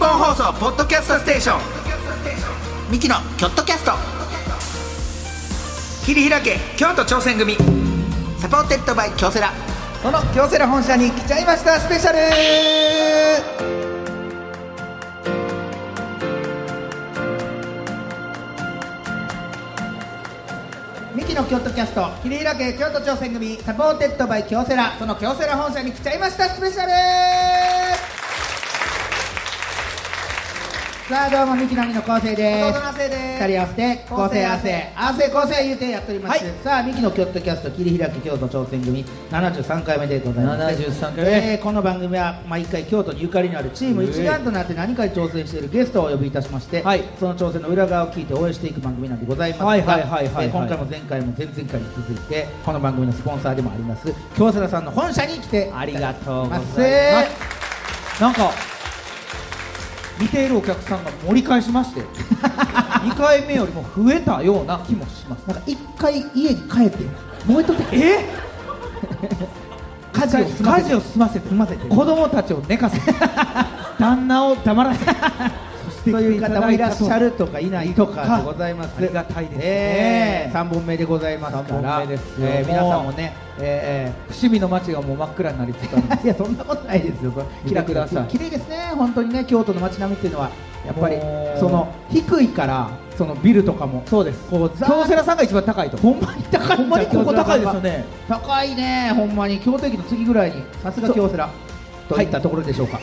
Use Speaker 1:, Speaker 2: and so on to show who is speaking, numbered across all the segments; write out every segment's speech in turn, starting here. Speaker 1: 放送ポッドキャストステーションミキのキョットキャスト切り開け京都挑戦組サポーテッドバイ京セラ
Speaker 2: この京セラ本社に来ちゃいましたスペシャルミキの京都キャスト桐平家京都挑戦組サポーテッドバイ京セラその京セラ本社に来ちゃいましたスペシャルさあどうもミキのみの昴生です
Speaker 3: 弟の亜生です
Speaker 2: 二人合わせて昴生亜生亜生昴生言うてやっております、
Speaker 3: はい
Speaker 2: さあミキの京都キャスト桐平家京都挑戦組73回目でございます
Speaker 3: 73回目
Speaker 2: えーこの番組は毎回京都にゆかりのあるチーム一丸となって何かに挑戦しているゲストをお呼びいたしまして、
Speaker 3: はい
Speaker 2: その挑戦の裏側を聞いて応援していく番組なんでございますが、
Speaker 3: はいはいはいはいはい
Speaker 2: えー今回も前回も前々回に続いてこの番組のスポンサーでもあります京セラさんの本社に来て
Speaker 3: ありがとうございます
Speaker 2: なんか見ているお客さんが盛り返しまして2回目よりも増えたような気もしますなんか1回家に帰って燃えとってえ家事を済ませて
Speaker 3: 家事を済ませて子供たちを寝 かせ旦那を黙らせそして
Speaker 2: そういう方もいらっしゃるとかいないとか
Speaker 3: か
Speaker 2: でございます
Speaker 3: ありがたいですね
Speaker 2: ええ三本目でございますか
Speaker 3: 三
Speaker 2: ら
Speaker 3: 本目ですよ
Speaker 2: えー皆さんも
Speaker 3: も
Speaker 2: ね
Speaker 3: う、
Speaker 2: え
Speaker 3: 伏見の街がもう真っ暗になりつつあるんで
Speaker 2: ー いやそんなことないですよそれ
Speaker 3: 見てください
Speaker 2: 綺麗ですね本当にね京都の街並みっていうのはやっぱり
Speaker 3: もう
Speaker 2: その低いからそのビルとかもそうですこう
Speaker 3: す
Speaker 2: ザ
Speaker 3: 京
Speaker 2: ー
Speaker 3: セラさんが一番高いと
Speaker 2: ほんまに高い
Speaker 3: ほんまにここ高いですよね
Speaker 2: 高いねほんまに京都駅の次ぐらいにさすが京セラといったところでしょうか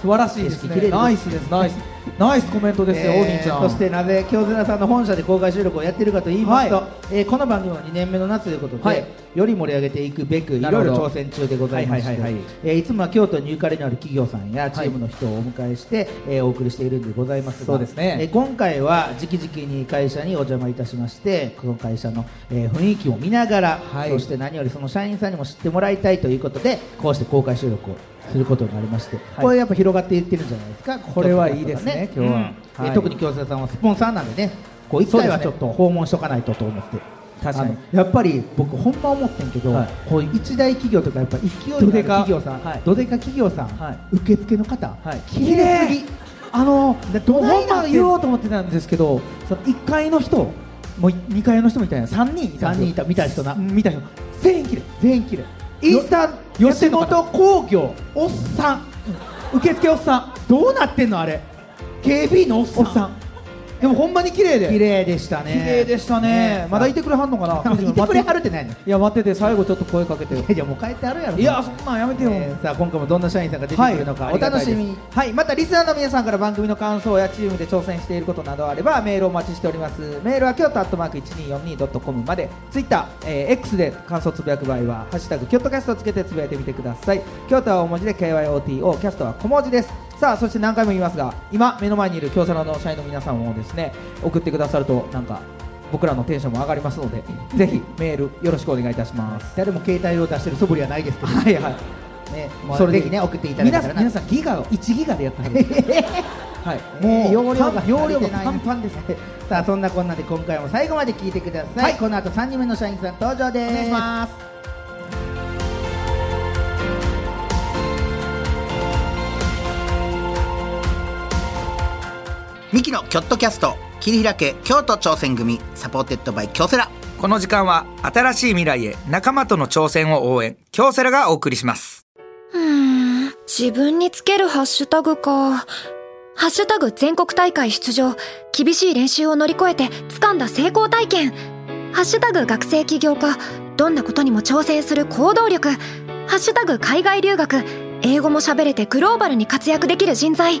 Speaker 3: 素晴らしいで
Speaker 2: 景
Speaker 3: す
Speaker 2: 色綺麗です
Speaker 3: ねナイスですナイスナイスコメントですよ、お
Speaker 2: えー
Speaker 3: 兄ちゃ
Speaker 2: そ
Speaker 3: ん
Speaker 2: してなぜ京セラさんの本社で公開収録をやってるかと言いますと、
Speaker 3: はい
Speaker 2: えーこの番組は2年目の夏ということで、
Speaker 3: はい
Speaker 2: より盛り上げていくべくいろ
Speaker 3: ないる
Speaker 2: ろ
Speaker 3: ほど
Speaker 2: 挑戦中でございまして
Speaker 3: はいはいはいはい
Speaker 2: えーいつもは京都にゆかりのある企業さんやチームの人をお迎えして、えーお送りしているんでございますが
Speaker 3: そうですね
Speaker 2: えー今回は直々に会社にお邪魔いたしましてこの会社の、えー雰囲気を見ながら、
Speaker 3: はい
Speaker 2: そして何よりその社員さんにも知ってもらいたいということでこうして公開収録をすることになりまして、
Speaker 3: はい
Speaker 2: これやっぱ広がっていってるんじゃないですか
Speaker 3: これはいいですね今日は
Speaker 2: うん
Speaker 3: はい
Speaker 2: え特に京セさんはスポンサーなんでねこう一回はち
Speaker 3: そ
Speaker 2: ょ
Speaker 3: う
Speaker 2: っ
Speaker 3: です
Speaker 2: と訪問しとかないとと思って
Speaker 3: 確かに
Speaker 2: あのやっぱり僕ほんま思ってんけど、
Speaker 3: はい
Speaker 2: こういう一大企業とかやっぱ勢いのあ
Speaker 3: ど
Speaker 2: る
Speaker 3: でか
Speaker 2: 企業さん
Speaker 3: はい
Speaker 2: どでか企業さん、
Speaker 3: はい
Speaker 2: 受付の方、
Speaker 3: はい
Speaker 2: 綺麗すぎ
Speaker 3: あの
Speaker 2: で
Speaker 3: ど
Speaker 2: どな
Speaker 3: ない
Speaker 2: なってん
Speaker 3: 言おうと思ってたんですけどその1階の人もう2階の人みたいな3人いた
Speaker 2: 3人いた見た人な
Speaker 3: 見た人全員綺麗
Speaker 2: 全員綺麗インスタ
Speaker 3: よ
Speaker 2: 吉本興業おっさん
Speaker 3: 受付おっさん
Speaker 2: どうなってんのあれ KB のおっさん
Speaker 3: おっさんでもほんまに綺麗で
Speaker 2: 綺麗でしたね
Speaker 3: 綺麗でしたねまだいてくれはんのかな
Speaker 2: いてくれはるってないのい
Speaker 3: いや待ってて最後ちょっと声かけてよ
Speaker 2: やいやもう帰ってあるやろ
Speaker 3: いやそんなんやめてよ、
Speaker 2: えーさあ今回もどんな社員さんが出てくるのか、
Speaker 3: はい
Speaker 2: お楽しみに
Speaker 3: はいまたリスナーの皆さんから番組の感想やチームで挑戦していることなどあればメールをお待ちしておりますメールは京都アットマーク 1242.com までツイッター、えー X で感想つぶやく場合は「ハッシュタグ京都キャスト」をつけてつぶやいてみてください京都は大文字で KYOTO キャストは小文字ですさあそして何回も言いますが今目の前にいる京セラの社員の皆さんもですね送ってくださるとなんか僕らのテンションも上がりますのでぜひメールよろしくお願いいたします
Speaker 2: 誰も携帯を出してる素振りはないですけど、
Speaker 3: はいはい
Speaker 2: ね、
Speaker 3: そ
Speaker 2: それ
Speaker 3: れで
Speaker 2: ぜひね送っていただけた
Speaker 3: 皆
Speaker 2: ら
Speaker 3: さ
Speaker 2: なん
Speaker 3: 皆さんギガを1ギガでやってはる はいもう
Speaker 2: 容量が
Speaker 3: パン容量
Speaker 2: 足り
Speaker 3: が
Speaker 2: てない
Speaker 3: パンパンです
Speaker 2: さあそんなこんなで今回も最後まで聞いてください、
Speaker 3: はい
Speaker 2: この後3人目の社員さん登場です
Speaker 3: お願いします
Speaker 1: ミキのキョットキャスト切り開け京都挑戦組サポーテッドバイ京セラ
Speaker 4: この時間は新しい未来へ仲間との挑戦を応援京セラがお送りします
Speaker 5: うーん自分につけるハッシュタグか。ハッシュタグ全国大会出場。厳しい練習を乗り越えて掴んだ成功体験。ハッシュタグ学生起業家。どんなことにも挑戦する行動力。ハッシュタグ海外留学。英語も喋れてグローバルに活躍できる人材。っ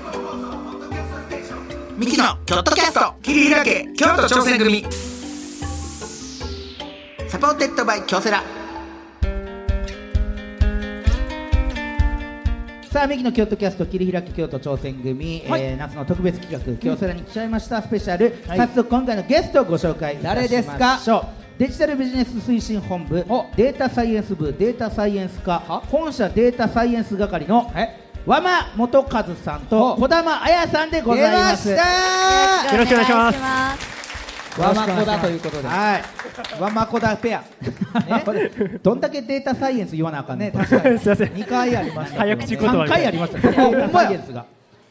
Speaker 1: ミキのキョットキャスト切り開け京都挑戦組サポーテッドバイ京セラ
Speaker 3: さあ、ミキの京都キャスト切り開き京都挑戦組、
Speaker 2: はい
Speaker 3: えー夏の特別企画、京セラに来ちゃいましたスペシャル、早速今回のゲストをご紹介いた
Speaker 2: 誰
Speaker 3: しましょう
Speaker 2: ですか
Speaker 3: デジタルビジネス推進本部データサイエンス部データサイエンス課本社データサイエンス係の和間元和さんと児玉彩さんでございます
Speaker 2: 出ました
Speaker 6: よろしくお願いします。
Speaker 3: 和
Speaker 2: よろしくお願いしま
Speaker 3: 真子だ
Speaker 2: す
Speaker 3: ということで、はい、和真子だ ペア、ね、どんだけデータサイエンス言わなあかんねん、確かに
Speaker 6: すいません
Speaker 3: 2回ありました、
Speaker 6: 早口言葉みたい
Speaker 3: 3回ありました、データサイエンスが、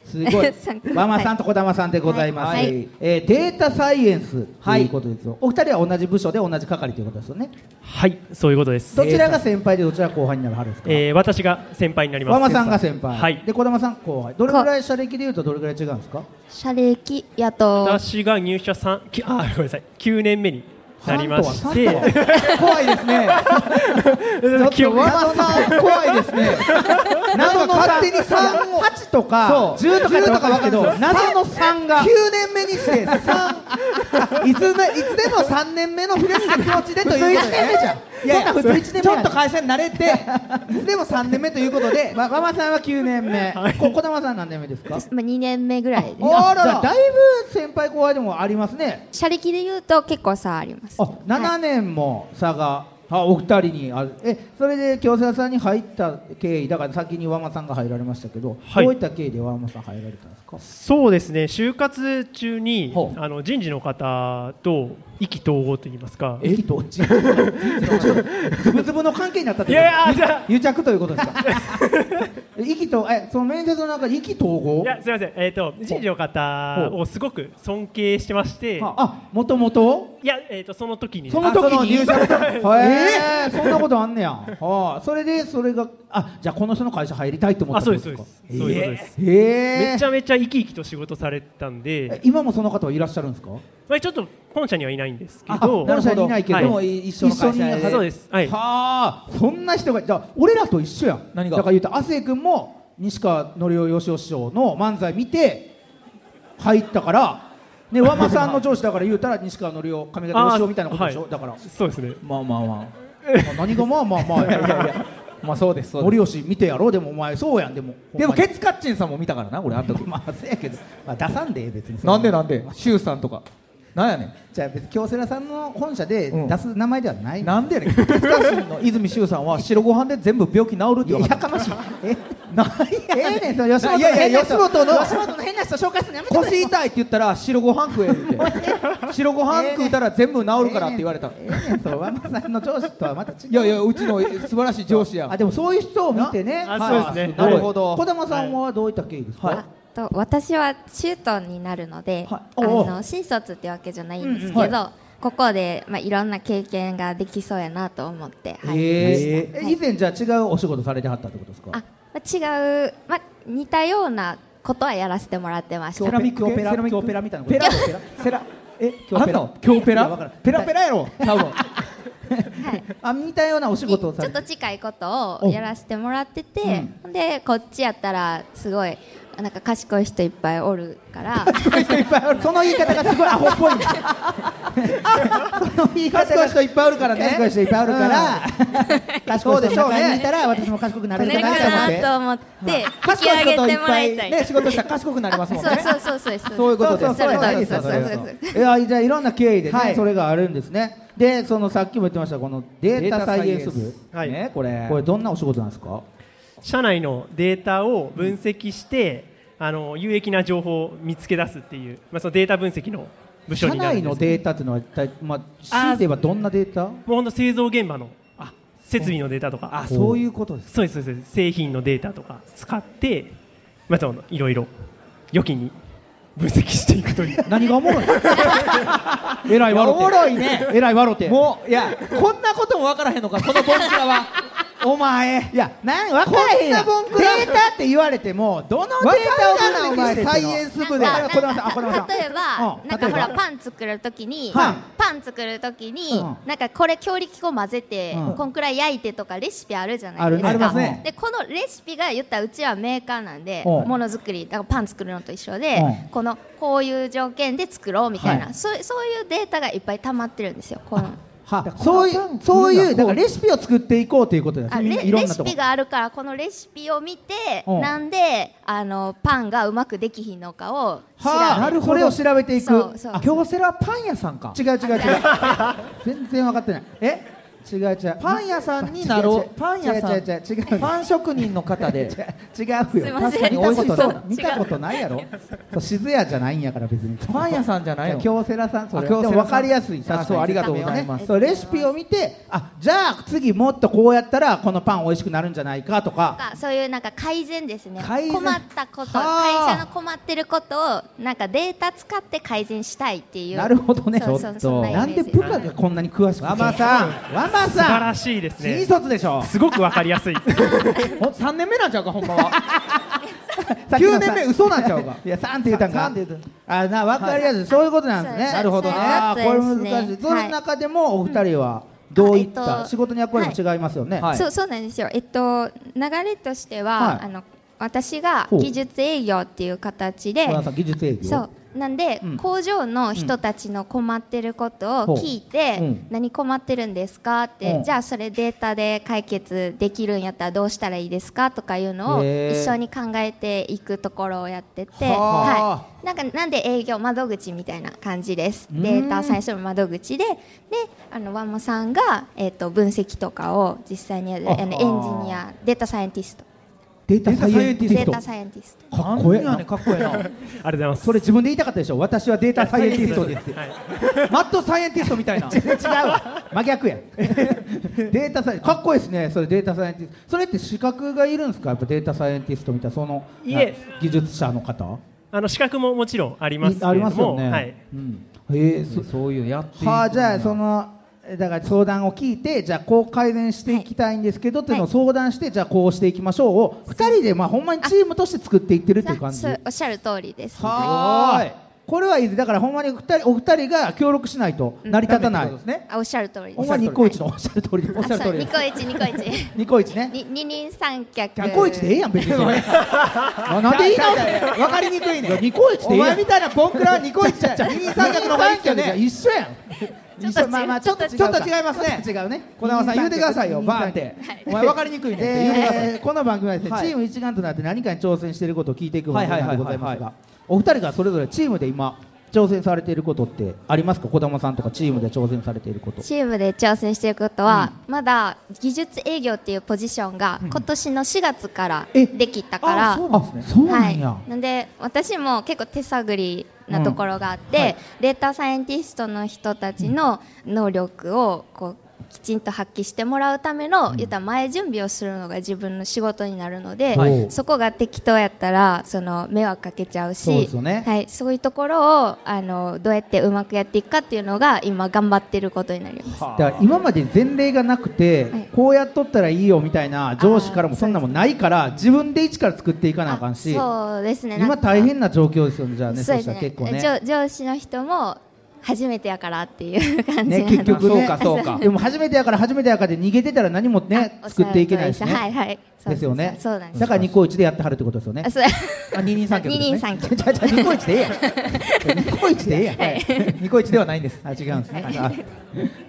Speaker 3: すご
Speaker 6: 三
Speaker 3: い、和真さんと児玉さんでございます、
Speaker 6: はい
Speaker 3: えーデータサイエンスということですよ、お二人は同じ部署で同じ係ということですよね、
Speaker 6: はい、そういうことです。
Speaker 3: どちらが先輩でどちらが後輩になるはるんですか、
Speaker 6: えー、私が先輩になります。
Speaker 3: 和真さんが先輩、
Speaker 6: はい
Speaker 3: で児玉さん後輩、どれぐらい社歴でいうとどれぐらい違うんですか、
Speaker 7: 社歴やと
Speaker 6: 私が入社三、きあー、ごめんなさい、九年目に なりまし
Speaker 3: 三とは三と
Speaker 6: て、
Speaker 3: は怖いですね。ちょっ
Speaker 6: 記
Speaker 3: と
Speaker 6: 憶
Speaker 3: 和田さん怖いです ね。謎の勝手に三を八とか
Speaker 2: そう
Speaker 3: 十とかとかわかるけど
Speaker 2: 10とかわかるんですよ
Speaker 3: 謎の三が
Speaker 2: 九
Speaker 3: 年目に して三いつめいつでも三年目のフレッシュな気持ちで
Speaker 2: ということでね
Speaker 3: いやいや
Speaker 2: そんな普通一年目
Speaker 3: ちょっと会社に慣れていつでも三年目ということでまママさんは九年目
Speaker 6: はい
Speaker 3: こ小玉さん何年目ですか。
Speaker 7: まあ2年目ぐらいです
Speaker 3: あららだいぶ先輩後輩でもありますね。
Speaker 7: 社歴で言うと結構差あります
Speaker 3: あ7
Speaker 7: はい
Speaker 3: 年も差が、あお二人にあるえそれで京セラさんに入った経緯だから先に和間さんが入られましたけど、
Speaker 6: はい
Speaker 3: どういった経緯で和間さん入られたんですか
Speaker 6: そうですね、就活中に
Speaker 3: ほ、う
Speaker 6: あの人事の方と意気投合と言いますか。
Speaker 3: 駅と 地図ぶつぶの関係になったって
Speaker 6: い
Speaker 3: こと
Speaker 6: やいやじゃあ
Speaker 3: 癒着ということですか え意気とえその面接の中で意気投合
Speaker 6: いや、すみません、えっ、と、人事の方をすごく尊敬してまして。
Speaker 3: ああもともと
Speaker 6: いや、えっ、と、その時に。
Speaker 3: その時
Speaker 2: あその
Speaker 3: に
Speaker 2: 入社の 時
Speaker 3: へえそんなことあんねやはあそれでそれがあじゃあこの人の会社入りたいと思った
Speaker 6: あ、
Speaker 3: っ
Speaker 6: そう
Speaker 3: てこ
Speaker 6: です、
Speaker 3: と
Speaker 6: そう
Speaker 3: です
Speaker 6: で
Speaker 3: か
Speaker 6: す。そういうことです。
Speaker 3: へえ
Speaker 6: めちゃめちゃ生き生きと仕事されてたん
Speaker 3: え
Speaker 6: で、
Speaker 3: 今もその方はいらっしゃるんですか
Speaker 6: まあ、ちょっと本社にはいないんですけ
Speaker 3: あ
Speaker 6: ど。
Speaker 3: 本社にいないけど、
Speaker 6: は
Speaker 3: でも一緒の会社
Speaker 6: 一緒にそうですはい
Speaker 3: はあそんな人がじゃあ俺らと一緒やん
Speaker 2: 何が
Speaker 3: だから言うと亜生君も西川紀夫義雄師匠の漫才見て入ったから、ね、和間さんの上司だから言うたら西川紀夫上方義雄みたいなことでしょ、
Speaker 6: あー
Speaker 3: だから
Speaker 6: はいそうですね。
Speaker 2: まあまあま
Speaker 3: まあ何がまあまあまあいやいやいや
Speaker 2: あ まあそうですそうで
Speaker 3: 森吉見てやろうでもお前そうやんでも
Speaker 2: すでも
Speaker 3: ほんま
Speaker 2: ケツカッチンさんも見たからな俺あん
Speaker 3: に
Speaker 2: 時
Speaker 3: まあせやけど、まあ、出さんでええ別に
Speaker 2: なんでなんでシュウさんとかなんやねん
Speaker 3: じゃあ別に京セラさんの本社で
Speaker 2: うん
Speaker 3: 出す名前ではない
Speaker 2: なんでや ねんケツカッチンの泉シュウさんは白ご飯で全部病気治るって
Speaker 3: いや
Speaker 2: 言わ
Speaker 3: や
Speaker 2: れ
Speaker 3: か
Speaker 2: た
Speaker 3: ましい。え、
Speaker 2: なん
Speaker 3: ええねん、その吉本の
Speaker 2: いやいや
Speaker 3: 変な人
Speaker 2: 吉本の
Speaker 3: 吉本の変な人紹介するのやめてくれ。
Speaker 2: 腰痛いって言ったら白ご飯食える って白ご飯食うたら全部治るからって言われた
Speaker 3: ええねんええねんその和間さんの上司とはまた違う。
Speaker 2: いやいやうちの素晴らしい上司や
Speaker 3: あ、でもそういう人を見てね。
Speaker 6: あ
Speaker 3: はい
Speaker 6: そうですね
Speaker 3: ごい
Speaker 2: なるほど
Speaker 3: 小玉さんはどういった経緯です
Speaker 2: はい
Speaker 3: か。
Speaker 7: あと私は中東になるので、
Speaker 3: はい
Speaker 7: あ
Speaker 3: おうおう
Speaker 7: の新卒ってわけじゃないんですけど、
Speaker 3: うんうん
Speaker 7: ここで、まあ、いろんな経験ができそうやなと思って入りました、
Speaker 3: ええ、
Speaker 7: はい
Speaker 3: 以前じゃあ違うお仕事されてはったってことですか。
Speaker 7: あまあ違う、まあ、似たようなことはやらせてもらってまし
Speaker 3: セ
Speaker 7: た
Speaker 3: ラミック系
Speaker 2: セラミック
Speaker 3: セラミックペラみたいなこと
Speaker 2: ペラペラセラ
Speaker 3: え、
Speaker 2: あんの京ペ
Speaker 3: いやわから
Speaker 2: ラ
Speaker 3: ん
Speaker 2: ペラペラやろ多分
Speaker 3: あ、似たようなお仕
Speaker 7: にち
Speaker 3: 事
Speaker 7: ょ
Speaker 3: を
Speaker 7: っ
Speaker 3: され
Speaker 7: と
Speaker 3: て。
Speaker 7: 近いことをやらせてもらってて、でこっちやったらすごいなんか賢い人いっぱいおる から
Speaker 3: いっぱいおるその言い方がすごいアホっぽいね。その言い方
Speaker 2: 賢
Speaker 3: が
Speaker 2: い人いっぱいおるからね
Speaker 3: 賢い人いっぱいあるから、賢い人の中にいたら私も賢くな
Speaker 7: な
Speaker 3: れる
Speaker 7: る
Speaker 3: かなと思って
Speaker 7: かなと思って引き
Speaker 2: 賢い
Speaker 7: 上げ
Speaker 2: 人
Speaker 7: て
Speaker 2: いっ
Speaker 7: も
Speaker 2: ぱ
Speaker 7: ら
Speaker 2: い
Speaker 7: いたい。
Speaker 2: ね仕事したら賢くなりますもん
Speaker 7: そう
Speaker 2: ね
Speaker 7: そうそうそうです。
Speaker 2: そういうことです
Speaker 7: そ
Speaker 2: そ
Speaker 7: うそう
Speaker 2: ういうこ
Speaker 7: そ
Speaker 2: と
Speaker 7: う
Speaker 2: です
Speaker 7: そう
Speaker 2: そう
Speaker 7: そう
Speaker 3: えーじゃあいろんな経緯でね、
Speaker 2: はい
Speaker 3: それがあるんですねでそのさっきも言ってましたこのデータサイエンス部
Speaker 6: はい
Speaker 2: ねこれ
Speaker 3: これどんなお仕事なんですか
Speaker 6: 社内のデータを分析して、あの有益な情報を見つけ出すっていう、まあ、そのデータ分析の部署
Speaker 3: 社
Speaker 6: になる
Speaker 3: 内
Speaker 6: んで
Speaker 3: の
Speaker 6: すけど
Speaker 3: データっていうのは一体、まあ、
Speaker 6: あー
Speaker 3: 強いて言えばどんなデータ
Speaker 6: もうほんと製造現場のあ設備のデータとか
Speaker 3: あそういうことです
Speaker 6: そうですそうです製品のデータとか使って、まあ、そのいろいろ良きに分析していく という
Speaker 3: 何がおもろいえらいわろて
Speaker 2: おもろいね
Speaker 3: えらいわろて
Speaker 2: もういやこんなことも分からへんのかこのボンクラ はお前
Speaker 3: いや、なん分からへんやん。デ
Speaker 2: こんなボンクラ
Speaker 3: ータって言われても、どのデータを分析してんの
Speaker 2: わかるかなお前サイエンス部で
Speaker 3: あ児玉さん、あ、児玉さん。
Speaker 7: 例えば、
Speaker 3: うん
Speaker 7: なんかほ
Speaker 3: 例
Speaker 7: ら
Speaker 3: えば
Speaker 7: パン作るときに、
Speaker 3: はい
Speaker 7: パン作るときに、
Speaker 3: うん
Speaker 7: なんかこれ強力粉混ぜて、
Speaker 3: うん
Speaker 7: こんくらい焼いてとかレシピあるじゃないですか
Speaker 3: あるねありますね
Speaker 7: でこのレシピが言ったらうちはメーカーなんで
Speaker 3: うん
Speaker 7: ものづくりだからパン作るのと一緒で、
Speaker 3: うん
Speaker 7: このこういう条件で作ろうみたいな、
Speaker 3: はい
Speaker 7: そうそういうデータがいっぱい溜まってるんですよこの
Speaker 2: は
Speaker 3: だからそうい
Speaker 2: パターン
Speaker 3: うそういうだから
Speaker 2: こ
Speaker 3: レシピを作っていこうということです
Speaker 7: あ
Speaker 3: ね
Speaker 7: レ
Speaker 3: いろん
Speaker 7: レ
Speaker 3: なと
Speaker 7: シ
Speaker 3: こ
Speaker 7: ピがあるからこのレシピを見て
Speaker 3: うん
Speaker 7: なんであのパンがうまくできひんのかを調べ
Speaker 3: はあなるほどこれを調べていく
Speaker 7: そうそう
Speaker 3: あ京セラパン屋さんか違う違う違う 全然分かってないえ違う違うパン屋さんになろうパン屋さん違う違う違うパン職人の方で 違うよ
Speaker 7: すいま
Speaker 3: 確
Speaker 7: せん
Speaker 3: かに美味し
Speaker 7: そ
Speaker 3: そうう見たことないやろそう静屋じゃないんやから別にパン屋さんじゃ ない
Speaker 2: いや
Speaker 3: 京セラさんそれ
Speaker 2: あ京セラ
Speaker 3: で
Speaker 2: さん
Speaker 3: も分かりやすい
Speaker 2: あそうありがとうございます
Speaker 3: ねそうレシピを見てあじゃあ次もっとこうやったらこのパン美味しくなるんじゃないかとか
Speaker 7: なんかそういうなんか改善ですね
Speaker 3: 改善
Speaker 7: 困ったこ
Speaker 3: は
Speaker 7: と
Speaker 3: あ
Speaker 7: 会社の困ってることをなんかデータ使って改善したいっていう
Speaker 3: なるほどね
Speaker 7: そう
Speaker 3: ちょ
Speaker 7: そ
Speaker 3: っ
Speaker 7: う
Speaker 3: と
Speaker 7: そんなイメ
Speaker 3: な
Speaker 7: ー
Speaker 3: ん
Speaker 7: ジ
Speaker 3: です部下がこんなに詳しくワンマンさんワンマンさん素
Speaker 6: 素晴らしいです
Speaker 3: 新
Speaker 6: ね
Speaker 3: 卒でしょ
Speaker 6: すごくわかりやすい
Speaker 2: と3年目なんちゃうかほんま は
Speaker 3: 9
Speaker 2: 9
Speaker 3: 年
Speaker 2: 年
Speaker 3: 目
Speaker 2: 目
Speaker 3: 嘘
Speaker 2: 嘘なん
Speaker 3: な
Speaker 2: ん
Speaker 3: ち
Speaker 2: ち
Speaker 3: ゃ
Speaker 2: ゃ
Speaker 3: う
Speaker 2: う
Speaker 3: か
Speaker 2: か
Speaker 3: いや3って言ったん
Speaker 2: さ
Speaker 3: か
Speaker 2: んって言う
Speaker 3: あな分かりやすいそういうことなんですね
Speaker 7: そう
Speaker 3: なるほどね
Speaker 7: そうい
Speaker 3: あ
Speaker 7: うことですね
Speaker 3: これ難しいその中でもお二人はどういっ
Speaker 7: はいあえったと
Speaker 3: 仕事に役割も違いますよね
Speaker 2: はい
Speaker 7: そうそうなんですよ。えっと流れとしては、
Speaker 3: はい
Speaker 7: あの私が
Speaker 3: ほう
Speaker 7: 技術営業っていう形で
Speaker 3: ごめん、なさい技術営業
Speaker 7: そうなんで、
Speaker 3: うん
Speaker 7: 工場の人たちの困ってること
Speaker 3: ほう
Speaker 7: を聞いて、
Speaker 3: うん
Speaker 7: 何困ってるんですかって、
Speaker 3: うん
Speaker 7: じゃあそれデータで解決できるんやったらどうしたらいいですかとかいうのを
Speaker 3: へー
Speaker 7: 一緒に考えていくところをやってて、
Speaker 3: は
Speaker 7: はい、なんかなんで営業窓口みたいな感じですデータ最初の窓口でであのワンマさんが、えー、と分析とかを実際にやる
Speaker 3: あ
Speaker 7: あのエンジニアデータサイエンティスト
Speaker 3: データサイエンティ
Speaker 7: デ
Speaker 3: ス
Speaker 7: ー
Speaker 3: ト
Speaker 7: タサイエンティスト
Speaker 3: かっこええ
Speaker 2: なん
Speaker 3: な
Speaker 2: やねんかっこええな
Speaker 6: ありがとうございます
Speaker 3: それ自分で言いたかったでしょ私はデータサイエンティストですって
Speaker 6: はい
Speaker 2: マットサイエンティストみ たいな
Speaker 3: 違うわ真 逆やデータサイエンかっこいいですねそれデータサイエンティストそれって資格がいるんですかやっぱデータサイエンティストみたいなその
Speaker 6: いえ
Speaker 3: な技術者の方
Speaker 6: あの資格ももちろんありますけ
Speaker 3: あ
Speaker 6: れ
Speaker 3: り
Speaker 6: ど
Speaker 3: ますよ
Speaker 6: も、
Speaker 3: ね、
Speaker 6: はい、
Speaker 3: うん、えーそ
Speaker 2: そういうのやっていくんや
Speaker 3: はあじゃあそのえだから相談を聞いてじゃあこう改善していきたいんですけど、っていうのを相談してじゃあこうしていきましょうを2人でまあほんまにチームとして作っていってるっていう感じ
Speaker 7: そうおっしゃる通りです
Speaker 3: はーいこれはいいですだからほんまに二人お二人が協力しないと成り立たな
Speaker 2: う
Speaker 3: い、
Speaker 2: んダメってことですね
Speaker 7: あおっしゃる通りです
Speaker 3: ほんまニ コイチのおっしゃる通りで
Speaker 7: あそうニコイチニコイチ
Speaker 3: ニコイチね
Speaker 7: に二人三脚
Speaker 3: ニコイチでええやん別 にあなんで言い直す
Speaker 2: 分かりにくいね
Speaker 3: いやニコイチでええ
Speaker 2: お
Speaker 3: やん
Speaker 2: 前みたいなポンクラはニコイチじゃん
Speaker 3: 二
Speaker 2: 二人
Speaker 3: 人三
Speaker 2: 三
Speaker 3: 脚
Speaker 2: 脚
Speaker 3: の
Speaker 2: の
Speaker 3: 方
Speaker 2: 方
Speaker 3: が
Speaker 2: が
Speaker 3: い
Speaker 2: い
Speaker 3: い
Speaker 2: い
Speaker 3: っ
Speaker 2: ってて
Speaker 3: よ
Speaker 2: よね
Speaker 3: ねじゃあ一緒やん
Speaker 7: ち
Speaker 3: 一
Speaker 7: ょっと
Speaker 3: 緒まあまあちょっと
Speaker 7: ち
Speaker 2: ょっと
Speaker 3: 違いますね違うね児
Speaker 2: 玉さん言うてくださいよバーンっ
Speaker 3: ってて
Speaker 2: お前分かりにくいねって言うてください
Speaker 3: えーこの番組はですね、
Speaker 2: はい
Speaker 3: チーム一丸となって何かに挑戦していることを聞いていく番組
Speaker 2: はいはい
Speaker 3: で
Speaker 2: はい
Speaker 3: ご
Speaker 2: は
Speaker 3: ざ
Speaker 2: いはい
Speaker 3: いますがお二人がそれぞれチームで今挑戦されていることってありますか児玉さんとかチームで挑戦されていること
Speaker 7: チームで挑戦していることは、まだ技術営業っていうポジションが今年の4月から
Speaker 3: え
Speaker 7: できたから、
Speaker 3: あそうなんや、
Speaker 7: はい、なんで私も結構手探りなところがあって、
Speaker 3: うんはい
Speaker 7: データサイエンティストの人たちの能力をこうきちんと発揮してもらうための、言ったら前準備をするのが自分の仕事になるので、
Speaker 3: はい
Speaker 7: そこが適当やったらその迷惑かけちゃうし
Speaker 3: そうですよね
Speaker 7: はい、そういうところをあのどうやってうまくやっていくかっていうのが今頑張ってることになります。
Speaker 3: だから今まで前例がなくて、
Speaker 7: はい
Speaker 3: こうやっとったらいいよみたいな上司からもそんなもんないから自分で一から作っていかなあかんし
Speaker 7: あそうですねなんか
Speaker 3: 今大変な状況ですよねじゃあね
Speaker 7: そう
Speaker 3: そ
Speaker 7: で
Speaker 3: し
Speaker 7: す
Speaker 3: たら
Speaker 7: ね
Speaker 3: 結構ね
Speaker 7: 上上司の人も初めてやからっていう感じなので
Speaker 3: ね結局ね
Speaker 2: そうか そうか
Speaker 3: でも初めてやから初めてやからで逃げてたら何もね
Speaker 7: あ
Speaker 3: 作っていけないし
Speaker 7: おっしゃ
Speaker 3: ね
Speaker 7: る通りですはいはいそう
Speaker 3: ですよね
Speaker 7: そうなんです
Speaker 3: だからニコイチでやってはるってことですよね
Speaker 7: あそう
Speaker 3: あ二人三脚ですね
Speaker 7: 二人三脚
Speaker 3: じゃあじゃ あニコイチでええ やんニコイチでええやん
Speaker 2: ニコイチではないんです
Speaker 3: あ違うんですね。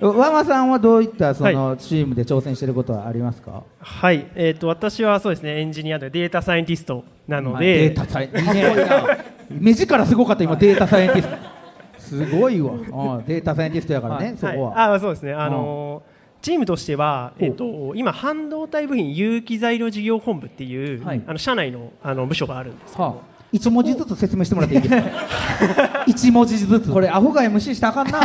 Speaker 3: あワマさんはどういったそのチームで挑戦していることはありますか。
Speaker 6: はいえー、と私はそうですねエンジニアでデータサイエンティストなので、
Speaker 3: データサイエンティスト。かっこいいな目力すごかった今データサイエンティスト。すごいわ。うんデータサイエンティストやからね。そ
Speaker 6: はい
Speaker 3: こは。
Speaker 6: あそうですね、あのーチームとしては、えっと、今、半導体部品有機材料事業本部っていう、
Speaker 3: はい
Speaker 6: あの社内のあの部署があるんですけど、
Speaker 3: はあ一文字ずつ説明してもらっていいですか。一文字ずつ。
Speaker 2: これアホが MC した らあかんな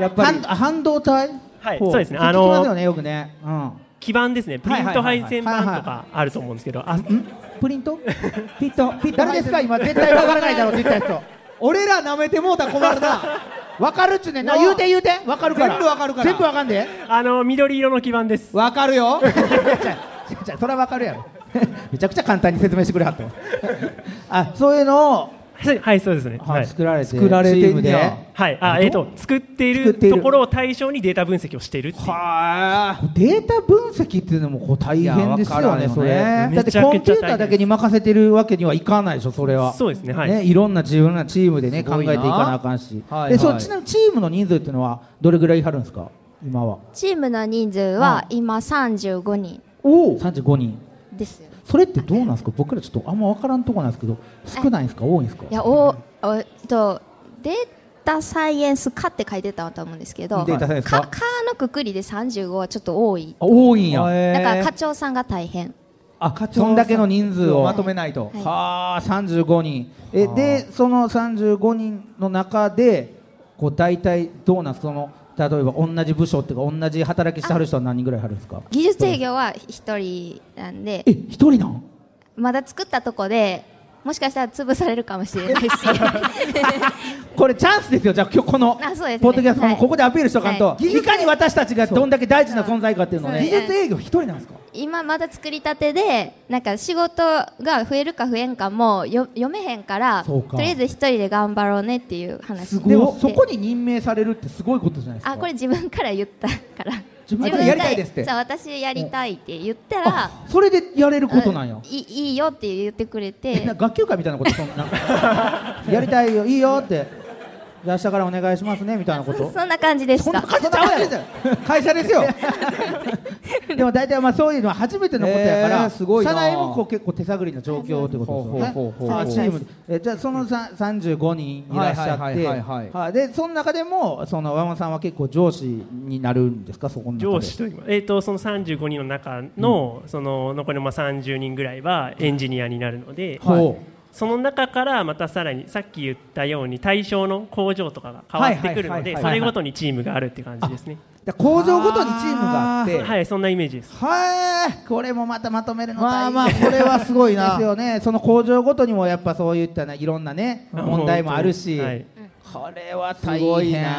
Speaker 2: やっぱり
Speaker 3: 半半導体。
Speaker 6: はい
Speaker 3: ほ
Speaker 6: そうですね
Speaker 3: 聞
Speaker 6: あ
Speaker 3: き
Speaker 6: の
Speaker 3: ますよねよくね。うん。
Speaker 6: 基板ですね、プリント配線板と
Speaker 3: はいはいはいは
Speaker 6: かあると思うんですけど、あ
Speaker 3: んプリント？ピット。ピット誰ですか今絶対わからないだろうって言った や
Speaker 2: 俺ら舐めてもうたら困るな
Speaker 3: つ。わかるっちゅうねんな。言うて言うて。わかるから。
Speaker 2: 全部わかるから
Speaker 3: 全部わかんで。
Speaker 6: あの緑色の基板です。
Speaker 2: わかる よ
Speaker 3: じゃあそれはわかるやろめちゃくちゃ簡単に説明してくれはったわあそういうのを、
Speaker 6: はいはい、そうですね。
Speaker 3: あ
Speaker 6: はい。
Speaker 3: 作られて
Speaker 2: 作られてんねや
Speaker 3: チームで
Speaker 6: はい、あ、えっ、と、作ってい
Speaker 3: 作っ
Speaker 6: る
Speaker 3: ている
Speaker 6: ところを対象にデータ分析をしているっていう。
Speaker 2: は
Speaker 3: データ分析っていうのもこう大変です
Speaker 2: いや
Speaker 3: よ
Speaker 2: わかる
Speaker 3: ね
Speaker 2: よね
Speaker 3: それだっ
Speaker 6: め
Speaker 3: て
Speaker 6: ちゃくちゃ大
Speaker 3: コ
Speaker 6: 変
Speaker 3: ンピューターだけに任せてるわけにはいかないでしょそれは
Speaker 6: そうですねはい
Speaker 3: ね、いろんな自分なチームで
Speaker 2: す
Speaker 3: ね考
Speaker 2: ご
Speaker 3: え
Speaker 2: い
Speaker 3: て
Speaker 2: ない
Speaker 3: かなあかんし、
Speaker 2: はいはい
Speaker 3: でそっちのチームの人数っていうのはどれぐらいいはるんですか
Speaker 6: え
Speaker 2: 今は
Speaker 7: チームの人数は今35人
Speaker 2: おお35人
Speaker 7: ですよ
Speaker 2: それってどうなんですか僕らちょっとあんま分からんとこなんですけど少ないんですか多いんですか
Speaker 7: いやおおえっとデータサイエンス科って書いてたと思うんですけど
Speaker 2: データサイエンス科
Speaker 7: か科のくくりで35はちょっと多い
Speaker 2: あ多いんや
Speaker 7: だから課長さんが大変
Speaker 2: あ課長
Speaker 3: そんだけの人数を
Speaker 2: まとめないと
Speaker 7: はい
Speaker 3: はあ35人え
Speaker 2: はあ
Speaker 3: でその35人の中でこう大体どうなんですかその例えば同じ部署っていうか同じ働きしてはる人は何人ぐらいはるんですか
Speaker 7: 技術営業は1人なんで
Speaker 3: え一人なん
Speaker 7: まだ作ったとこでもしかしたら潰されるかもしれないし
Speaker 3: これチャンスですよじゃあ今日この
Speaker 7: あそうですね
Speaker 3: ポッドキャスト
Speaker 7: は
Speaker 3: も
Speaker 7: い
Speaker 3: ここでアピールしとかんと、い、かに私たちがどんだけ大事な存在かっていうのをね
Speaker 7: そう
Speaker 3: 技
Speaker 7: そう
Speaker 3: 術営業一人なんですか
Speaker 7: 今まだ作りたてでなんか仕事が増えるか増えんかもよ読めへんから
Speaker 2: そう
Speaker 7: と
Speaker 2: か
Speaker 7: りあえず1人で頑張ろうねっていう話
Speaker 3: でも
Speaker 7: で
Speaker 3: そこに任命されるってすごいことじゃないですか
Speaker 7: あこれ自分から言ったから
Speaker 3: 自分からやりたいですって
Speaker 7: そう私やりたいって言ったら
Speaker 3: それでやれることなんや
Speaker 7: うんいいいよって言ってくれ
Speaker 3: えな
Speaker 7: て
Speaker 3: 学級会みたいなことそんなやりたいよいいよってじゃあ明日からお願いしますねみたいなこと
Speaker 7: そんな感じでした
Speaker 3: そんな感じちゃうやろ会社ですよでも大体まあそういうのは初めてのことやから、
Speaker 2: えーすごいな
Speaker 3: 社内もこう結構手探りな状況ということです
Speaker 2: ほう
Speaker 3: よ
Speaker 2: ほうほう
Speaker 3: ね
Speaker 2: ほう
Speaker 3: あチームでえじゃあそのさ35人いらっしゃって、
Speaker 2: は
Speaker 3: は
Speaker 2: は
Speaker 3: い
Speaker 2: いはいはいはい
Speaker 3: いでその中でもその和間さんは結構上司になるんですかそこの中で
Speaker 6: 上司と言いますえっ、とその35人の中の、その残りのまあ30人ぐらいはエンジニアになるので、
Speaker 3: ほ
Speaker 6: その中からまたさらにさっき言ったように対象の工場とかが変わってくるの
Speaker 3: はいはいはい
Speaker 6: で
Speaker 3: はい
Speaker 6: それごとにチームがあるって感じですね
Speaker 3: うだから工場ごとにチームがあって
Speaker 6: はいそんなイメージです
Speaker 3: はい、これもまたまとめるの
Speaker 2: まあ
Speaker 3: 大変
Speaker 2: まあこれはすごいな
Speaker 3: ですよね。その工場ごとにもやっぱそういったねいろんなね
Speaker 6: あ
Speaker 3: 問題もあ るし、
Speaker 6: 本当にはい
Speaker 3: これは
Speaker 2: す
Speaker 3: 大
Speaker 2: ごい
Speaker 3: 変
Speaker 2: な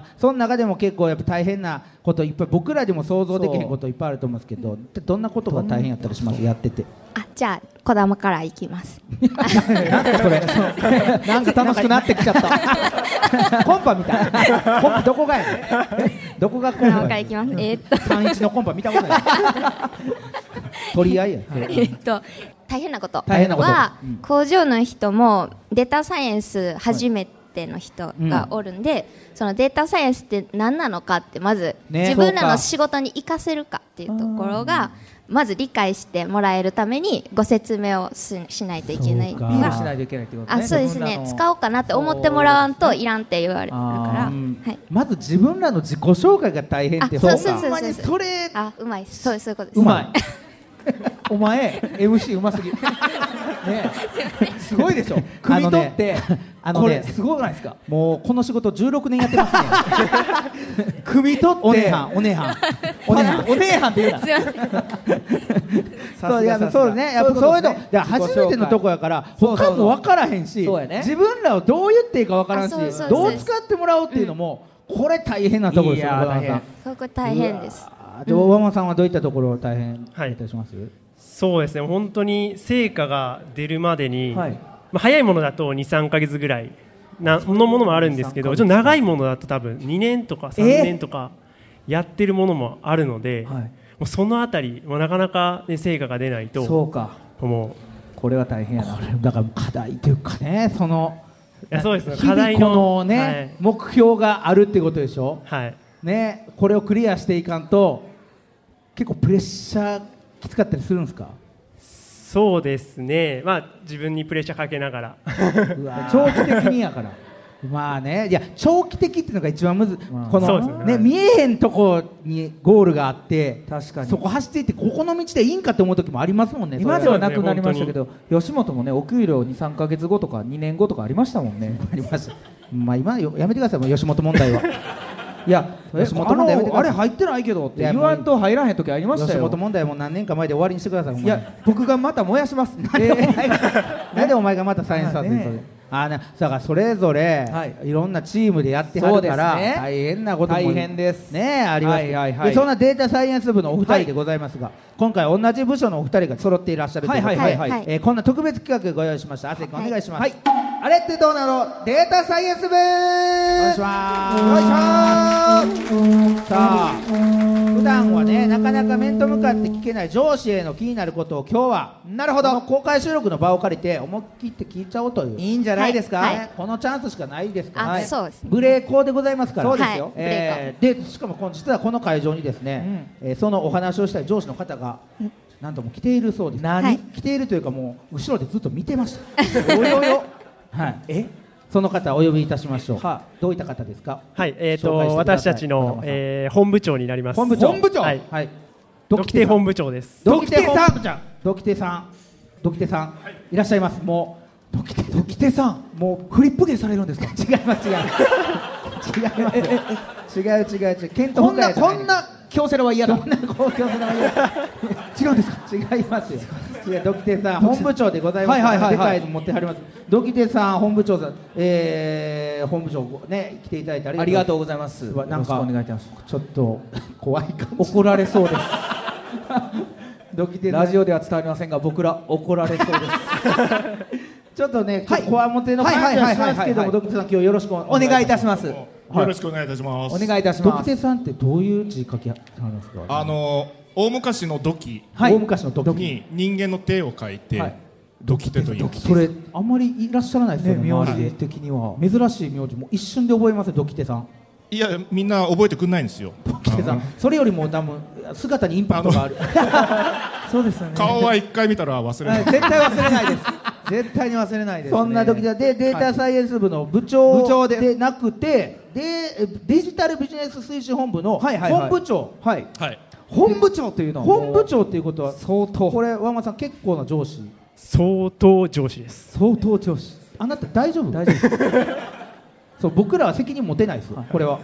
Speaker 3: あーその中でも結構やっぱ大変なこといっぱい僕らでも想像できへんこといっぱいあると思うんですけど、でどんなことが大変やったりしますやってて。
Speaker 7: あじゃあ児玉からいきます
Speaker 3: なんかそれ。なんか楽しくなってきちゃ った。コンパみたい。コンパどこがやねん。えどこがコ
Speaker 7: 児
Speaker 3: ン
Speaker 7: 玉か
Speaker 3: パ
Speaker 7: ら
Speaker 3: やね
Speaker 7: いき
Speaker 3: ん。
Speaker 7: ますえーっと
Speaker 3: 三一のコンパ見たことない。取り合いや。
Speaker 7: えーっと大変なこと
Speaker 3: 大変なこと
Speaker 7: は、
Speaker 3: うん
Speaker 7: 工場の人もデータサイエンス初めての人がおるんで、そのデータサイエンスって何なのかってまず、
Speaker 3: ね
Speaker 7: 自分
Speaker 3: そ
Speaker 7: ら
Speaker 3: うか
Speaker 7: の仕事に生かせるかっていうところがまず理解してもらえるためにご説明をししないといけない
Speaker 3: そうか
Speaker 7: から
Speaker 3: リードしないといけないってことね。
Speaker 7: あそうで
Speaker 3: 自
Speaker 7: す
Speaker 3: 分
Speaker 7: ね
Speaker 3: らの
Speaker 7: 使おうかなって思ってもらわんといらんって言われるか
Speaker 3: あ
Speaker 7: ら、
Speaker 3: ー
Speaker 7: はい、
Speaker 3: まず自分らの自己紹介が大変って
Speaker 7: あそう
Speaker 3: ほんま
Speaker 7: そうそうそう
Speaker 3: に
Speaker 7: そう
Speaker 3: それ
Speaker 7: あうまいですそうですそういうことです
Speaker 3: う まい
Speaker 2: お前 MC うますぎねえすごいでしょ組み取って
Speaker 3: あのね
Speaker 2: これすごくないですか
Speaker 3: もうこの仕事16年やってますね
Speaker 2: 汲み取って
Speaker 3: お姉はんお姉はんお姉はん
Speaker 2: お姉はんって言うな
Speaker 7: す いません
Speaker 2: さすが
Speaker 3: そういや
Speaker 2: さすが
Speaker 3: そうねやっぱ
Speaker 2: そ
Speaker 3: そうう
Speaker 2: いこ
Speaker 3: いうう
Speaker 2: と
Speaker 3: の
Speaker 2: ね
Speaker 3: いや初めてのとこやから他も分からへんし
Speaker 2: そうやね
Speaker 3: 自分らをどう言っていいか分からんし
Speaker 7: あそうそうそう
Speaker 3: どう使ってもらおうっていうのもこれ大変なとこです
Speaker 2: い
Speaker 3: よ
Speaker 2: やー
Speaker 3: 小川
Speaker 2: 大
Speaker 3: さん
Speaker 2: 変
Speaker 7: そこ大変です
Speaker 3: あーで大山さんはどういったところを大変だ
Speaker 6: は
Speaker 3: っ
Speaker 6: い
Speaker 3: たりします
Speaker 6: そうですね本当に成果が出るまでに、
Speaker 3: はい
Speaker 6: まあ、早いものだと23か月ぐらいなのものもあるんですけどちょっと長いものだと多分2年とか3年とかやってるものもあるので、
Speaker 3: はい
Speaker 6: もうそのあたりもうなかなか、ね、成果が出ない
Speaker 3: そ
Speaker 6: と
Speaker 3: うか
Speaker 6: も
Speaker 3: これは大変やなだから課題というかねその
Speaker 6: いやそうですね
Speaker 3: 日々
Speaker 6: 課題
Speaker 3: こ
Speaker 6: の
Speaker 3: のね、
Speaker 6: はい
Speaker 3: 目標があるってことでしょ
Speaker 6: う、はい、
Speaker 3: ねこれをクリアしていかんと結構プレッシャーきつかったりするんですか
Speaker 6: そうですね、まあ、自分にプレッシャーかけな がら
Speaker 3: 長期的にやからまあねいや長期的っていうのが一番むず、こ
Speaker 6: そうで
Speaker 3: の
Speaker 6: すね
Speaker 3: ね
Speaker 6: はい
Speaker 3: 見えへんとこにゴールがあって
Speaker 2: 確かに
Speaker 3: そこ走っていってここの道でいいんかって思う時もありますもんね
Speaker 2: 今
Speaker 3: そ
Speaker 2: で
Speaker 3: れは
Speaker 2: はなくなりましたけど吉本もねお給料23か月後とか2年後とかありましたもんね
Speaker 3: ありますまあ今よやめてくださいもう吉本問題はいや
Speaker 2: え
Speaker 3: 吉本問題やめてく
Speaker 2: あれ
Speaker 3: ださい
Speaker 2: 入ってないけどって
Speaker 3: いや
Speaker 2: 言わんと入らへん時ありました
Speaker 3: 吉
Speaker 2: よ
Speaker 3: 本問題も何年か前で終わりにしてくださいほん
Speaker 2: い
Speaker 3: まに
Speaker 2: や僕がまた燃やし ます
Speaker 3: なんでお前が なんでお前がまたサイエンスさ
Speaker 2: まあ
Speaker 3: せる
Speaker 2: ね
Speaker 3: あーね、だからそれぞれ、
Speaker 2: はい
Speaker 3: い、ろんなチームでやってはるから、
Speaker 2: そうですね
Speaker 3: 大変なことも
Speaker 2: 大変です
Speaker 3: ねあります、
Speaker 2: はいはいはい
Speaker 3: でそんなデータサイエンス部のお二人でございますが、今回同じ部署のお二人が揃っていらっしゃるということで、
Speaker 2: はいはいはい
Speaker 7: はい
Speaker 3: えーこんな特別企画ご用意しました亜生君
Speaker 7: はい
Speaker 3: お願いします、
Speaker 2: はい
Speaker 3: あれってどうなのデータサイエンス部お願いします
Speaker 2: お願いします
Speaker 3: さあ二段はねなかなか面と向かって聞けない上司への気になることを今日はなるほど公開収録の場を借りて思いっきって聞いちゃおうといういいんじゃないですか、
Speaker 7: はいはい
Speaker 3: このチャンスしかないですから、
Speaker 7: あそうですね
Speaker 3: 無礼講でございますから
Speaker 7: そうですよはい
Speaker 3: えーでしかもこの実はこの会場にですね、えーそのお話をしたい上司の方がなんとも来ているそうです
Speaker 7: はい
Speaker 3: 来ているというかもう後ろでずっと見てました およよ、はい、えその方お呼びいたしましょう、どういった方ですか
Speaker 6: はい、えっ、
Speaker 3: 紹介し
Speaker 6: と、
Speaker 3: てくだ
Speaker 6: 私
Speaker 3: さい
Speaker 6: た
Speaker 3: 小
Speaker 6: ちの
Speaker 3: 玉、さん
Speaker 6: えー本部長になります。
Speaker 3: 本部長
Speaker 6: はい、
Speaker 3: はい
Speaker 6: ドキテ本部長です。
Speaker 3: ドキテさんドキテさんドキテさんいらっしゃいますもうドキテドキテさんもうフリップ芸されるんですか違います違います違い ます違う違う違う健
Speaker 2: こんなこんな京セラは嫌だ
Speaker 3: こんな公共の名前違うんですか違いますよ違うドキテさん本部長でございます
Speaker 2: はいはいはいはい
Speaker 3: でかいの持ってはりますドキテさん本部長さんえー本部長ね来ていただいて
Speaker 2: ありがとうご
Speaker 3: ご
Speaker 2: ざいます
Speaker 3: うわなんか
Speaker 2: よろしくお願いいたします
Speaker 3: ちょっと怖い感じ
Speaker 2: 怒られそうです
Speaker 3: ドキテさん
Speaker 2: ラジオでは伝わりませんが僕ら怒られそうです
Speaker 3: ちょっとね、
Speaker 2: はい
Speaker 3: こわもての感じはしますけど
Speaker 2: はいはいはいはいはい
Speaker 3: も、ドクテさん、今日よろしくお
Speaker 2: お願いいたします
Speaker 3: お
Speaker 8: よろしくお願いいたします。
Speaker 2: お願いいたし
Speaker 3: ドク
Speaker 2: ま
Speaker 3: テ
Speaker 2: す
Speaker 3: さんってどういう字書きはあるんですか。
Speaker 8: あの大昔の土器
Speaker 3: はい、大昔のドキ。
Speaker 8: に人間の手を書いて、
Speaker 3: はい
Speaker 8: 土器手と言います。
Speaker 3: それ、あんまりいらっしゃらないですよね。
Speaker 2: ね名字
Speaker 3: 周り的には。珍しい名字、もう一瞬で覚えますよ、ドキテさん。
Speaker 8: いやみんな覚えてくんないんですよ。
Speaker 3: ドキテさん、それよりも、多分、姿にインパクトがある。 そうですよね
Speaker 8: 顔は一回見たら忘れない。
Speaker 2: 絶対忘れない です絶対に忘れないです、
Speaker 3: そんな時だでデータサイエンス部の部長
Speaker 2: 部長で
Speaker 3: でなくてでデジタルビジネス推進本部の
Speaker 2: はいはいはい
Speaker 3: 本部長
Speaker 2: はい
Speaker 8: はい。
Speaker 2: 本部長というのはもう
Speaker 3: 本部長っていうことは
Speaker 2: 相当
Speaker 3: これワンマンさん結構な上司
Speaker 6: 相当上司です。
Speaker 3: 相当調子あなた大丈夫大丈夫そう僕らは責任持てないですよ、これは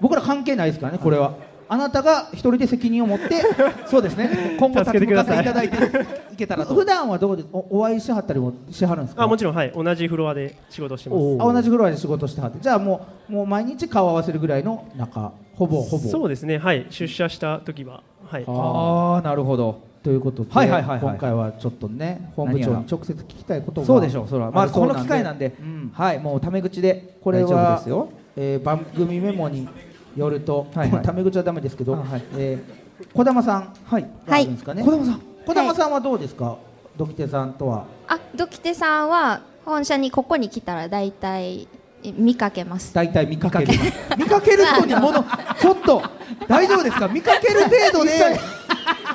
Speaker 3: 僕ら関係ないですからねこれは、あなたが一人で責任を持って そうですね今後立
Speaker 6: 助
Speaker 3: ち
Speaker 6: けて
Speaker 3: 向
Speaker 6: く
Speaker 3: か
Speaker 6: だ
Speaker 3: ってい
Speaker 6: さい
Speaker 3: ただいていけたらと 普段はどこでおお会いしはったりもしはるんですか
Speaker 6: あ、もちろん、はい、同じフロアで仕事してます。
Speaker 3: あ同じフロアで仕事してはってじゃあもうもう毎日顔合わせるぐらいの仲ほぼほぼ
Speaker 6: そうですね、はい、出社した時は、はい。
Speaker 3: ああなるほどということで、
Speaker 2: はいはいはいはい
Speaker 3: 今回はちょっとね本部長に直接聞きたいことが
Speaker 2: そうでしょうそれはまあ
Speaker 3: るそ
Speaker 2: こ
Speaker 3: う
Speaker 2: の機会なんで、はいもうタメ口で
Speaker 3: これ
Speaker 2: 大丈夫
Speaker 3: は
Speaker 2: ですよ
Speaker 3: えー番組メモによると、
Speaker 2: はいはい
Speaker 3: これタメ口はダメですけど、
Speaker 2: あはい
Speaker 3: えー小玉さん、はい、あるんですかね。
Speaker 2: 小玉さん
Speaker 3: 小玉さんはどうですか、ドキテさんとは。
Speaker 7: あドキテさんは本社にここに来たら大体え見かけます
Speaker 3: 大体見かける。
Speaker 2: 見かける人にものちょっと大丈夫ですか見かける程度で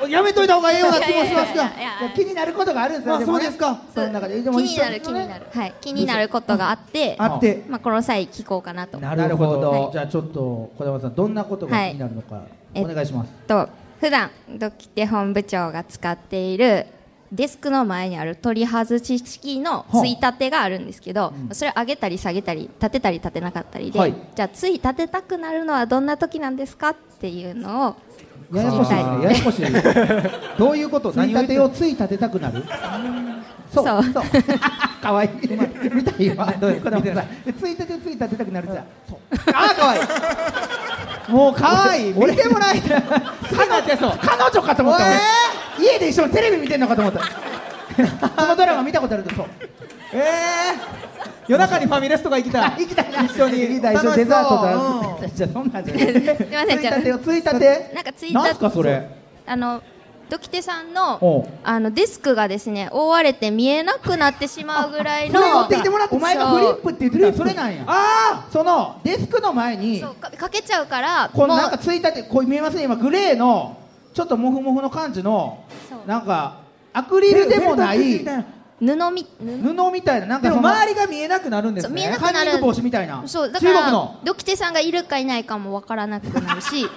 Speaker 3: やめといた方がええような気もしますが
Speaker 7: いやいやいやいや、
Speaker 3: 気になることがあるんですよ。
Speaker 2: あ
Speaker 3: もね
Speaker 2: そうですか
Speaker 3: その中で、
Speaker 7: 気
Speaker 3: でも一
Speaker 7: に
Speaker 3: 緒
Speaker 7: なる気になる、はい、気になることがあって
Speaker 3: あって
Speaker 7: まあ、この際聞こうかなと
Speaker 3: なるほど、
Speaker 7: はい
Speaker 3: じゃあちょっと小玉さんどんなことが気になるのか、
Speaker 7: い
Speaker 3: お願いします。
Speaker 7: と普段ドキテ本部長が使っているデスクの前にある取り外し式のついたてがあるんですけど、それを上げたり下げたり立てたり立てなかったりで、
Speaker 3: はい
Speaker 7: じゃあつい立てたくなるのはどんな時なんですかっていうのを
Speaker 3: ややこしいですね。ややこしい。どういうこと？つい
Speaker 2: 何を言
Speaker 3: た
Speaker 2: って
Speaker 3: てをつい立てたくなる。そう。
Speaker 7: そう
Speaker 3: そう。可愛いい。今見た今。どういうこと？ついたてをつい立てたくなるじゃん。そう。あー可愛いい。もう可愛いい。見てもらいたい。彼女彼女かと思った。俺家で一緒にテレビ見てんのかと思った。このドラマ見たことあるでしょ。
Speaker 2: えー、夜中にファミレスとか行きたい
Speaker 3: 行きたいな一緒に行きたい
Speaker 2: 楽し
Speaker 3: 一緒に
Speaker 2: そう
Speaker 3: デザートだ。じゃあそんなんじゃない。つい
Speaker 7: すいませんじゃあ
Speaker 3: たてをついたて。
Speaker 7: なんかつい
Speaker 3: なん
Speaker 7: た
Speaker 3: すかそれ。
Speaker 7: あのドキテさん
Speaker 3: おう
Speaker 7: のあのデスクがですね覆われて見えなくなってしまうぐらい
Speaker 3: そ
Speaker 7: の
Speaker 3: れ持ってきてもらって
Speaker 7: そう
Speaker 3: お前がフリップって言ってたらそれなんやああそのデスクの前に
Speaker 7: そうかかけちゃうから
Speaker 3: この
Speaker 7: もう
Speaker 3: なんかついたてこう見えますね今グレーのちょっとモフモフの感じの
Speaker 7: そう
Speaker 3: なんかアクリルでもない
Speaker 7: 布み布
Speaker 3: 布みたいななん
Speaker 2: で
Speaker 3: か
Speaker 2: も
Speaker 3: その
Speaker 2: 周りが見えなくなるんです
Speaker 7: そう
Speaker 2: ね
Speaker 7: 見えなく
Speaker 3: カ
Speaker 7: な
Speaker 3: ンニ
Speaker 7: る
Speaker 3: ング防止みたいな
Speaker 7: そうだ
Speaker 3: 中
Speaker 7: か
Speaker 3: 国の
Speaker 7: らドキテさんがいるかいないかもわからなくなるし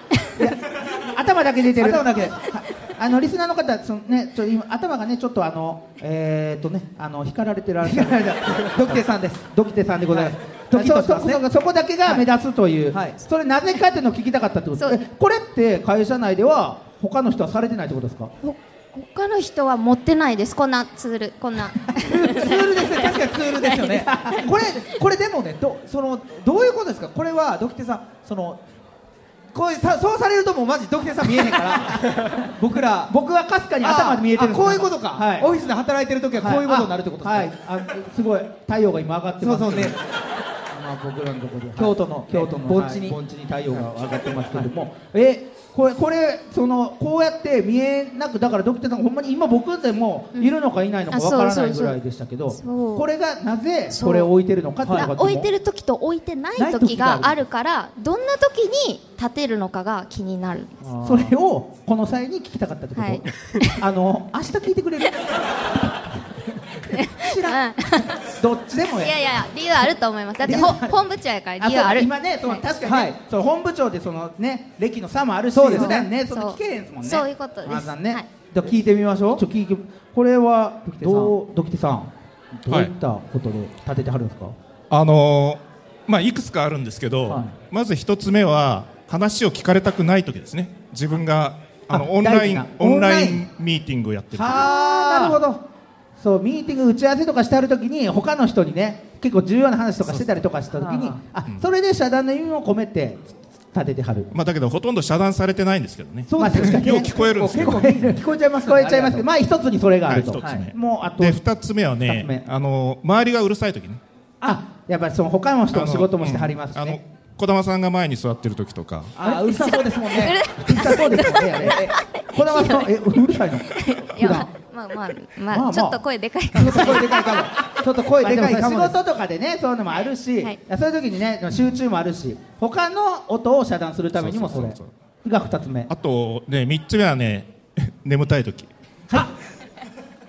Speaker 3: 頭だけ出てる
Speaker 2: 頭だけ
Speaker 3: はあのリスナーの方そのねちょ今頭がねちょっとあのえー、っとねあの光られてらっしゃるドキテさんですドキテさんでございます、
Speaker 2: はいドキッとし
Speaker 3: そ
Speaker 2: ま
Speaker 3: う
Speaker 2: すね
Speaker 3: そこそこだけが目立つという、
Speaker 2: はいはい
Speaker 3: それなぜかっていうのを聞きたかったってこと
Speaker 7: そう
Speaker 3: えこれって会社内では他の人はされてないってことですか
Speaker 7: ほ他の人は持ってないですこんなツールこんな
Speaker 2: ツールですね確かにツールですよねこれこれでもねどそのどういうことですかこれはドキテさんそのこういうさそうされるともうマジドキテさん見えねえから 僕ら
Speaker 3: 僕はかすかに頭で見えてる
Speaker 2: あ
Speaker 3: んです
Speaker 2: こういうことか、
Speaker 3: はい、
Speaker 2: オフィスで働いてる時はこういうことになるってことですか、
Speaker 3: はいああすごい太陽が今上がってます
Speaker 2: そうそうね
Speaker 3: まあ僕らのところで
Speaker 2: 京都の
Speaker 3: 京都の
Speaker 2: はい
Speaker 3: は
Speaker 2: 盆
Speaker 3: い
Speaker 2: 地に
Speaker 3: 盆地に太陽が上がってますけどもえこれこれそのこうやって見えなくだからドキテさんほんまに今僕でもいるのかいないのか
Speaker 7: あそう
Speaker 3: わから
Speaker 7: そ
Speaker 3: な
Speaker 7: う
Speaker 3: い
Speaker 7: そう
Speaker 3: ぐらいでしたけど
Speaker 7: そう
Speaker 3: これがなぜこれを置いてるのかっていうのが
Speaker 7: 置いてる時と置いてない時があるからどんな時に立てるのかが気になるんです
Speaker 3: それをこの際に聞きたかったってこと、
Speaker 7: はい
Speaker 3: あの明日聞いてく れる知らんどっちでも
Speaker 7: い
Speaker 3: ええ
Speaker 7: やいや理由あると思いますだってほ本部長やから理由ある
Speaker 3: そう今ねその
Speaker 7: はい
Speaker 3: 確かに、ねその本部長でそのね歴の差もあるし
Speaker 7: そうですね
Speaker 3: 普段ねそ
Speaker 7: そうん
Speaker 3: な聞けへんですもんね
Speaker 7: そういうことです
Speaker 3: まずはね、じゃあ聞いてみましょうちょ聞いてこれはどうドキテさんどういったことで立ててはるんですか、
Speaker 8: あのーまあいくつかあるんですけど、まず一つ目は話を聞かれたくない時ですね。自分があの
Speaker 3: あ
Speaker 8: オンラ
Speaker 3: 大事
Speaker 8: イン
Speaker 3: な
Speaker 8: オンラ
Speaker 3: オンラ
Speaker 8: イ
Speaker 3: イ
Speaker 8: ンミーティングをやってる。
Speaker 3: はあなるほどそうミーティング打ち合わせとかしてあるときに他の人にね結構重要な話とかしてたりとかしたときにあそれで遮断の意味を込めて立ててはる
Speaker 8: まあだけどほとんど遮断されてないんですけどね。
Speaker 3: そうですね
Speaker 8: よう聞こえるんですけど。
Speaker 3: 聞こえちゃいます聞こえちゃいますけどまあ一つにそれがあると、
Speaker 8: はい一つ目
Speaker 3: もうあと
Speaker 8: で二つ目はね、あの周りがうるさい時ね。
Speaker 3: あやっぱりその他の人の仕事もしてはりますしね
Speaker 8: 児玉さんが前に座ってる時とか。
Speaker 3: あうるさそうですもんね うるさそうですもんねあれ え児玉さんえうるさいの
Speaker 7: いやまあまあまあ、
Speaker 3: まあ
Speaker 7: ちょっと声でかいかもしれない
Speaker 3: ちょっと声でかい
Speaker 7: まあ
Speaker 3: か
Speaker 7: で
Speaker 3: も
Speaker 7: も
Speaker 3: 仕事とかでねそういうのもあるし、そういう時にね集中もあるし他の音を遮断するためにもそれが二つ目
Speaker 8: あとね三つ目はね 眠たい時。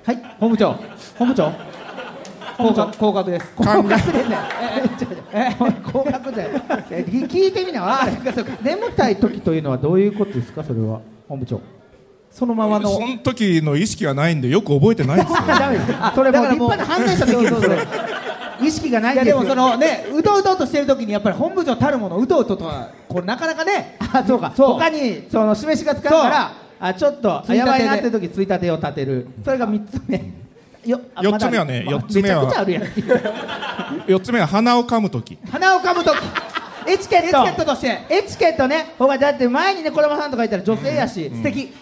Speaker 3: はい本部長本部長高額高額です高額でねえ高額で聞いてみなわ眠たい時というのはどういうことですかそれは本部長そのままの
Speaker 8: その時の意識がないんでよく覚えてないんですよ。
Speaker 3: ダメですそれもう立派な犯罪者できるそれ意識がないやでもそのねうとうとうとしてる時にやっぱり本部長たるものうとうととはこれなかなかねあそうか他にその示しがつかんからあちょっとあやばいなって時ついたてを立てるそれが三つ目よあ
Speaker 8: 四つ目はね
Speaker 3: まだある
Speaker 8: 四つ目は
Speaker 3: めちゃくちゃあるやん
Speaker 8: 四つ目は鼻を噛む時。
Speaker 3: 鼻を噛 む時エチケットエチケットとしてエチケットねほらだって前にね児玉さんとかいたら女性やし、素敵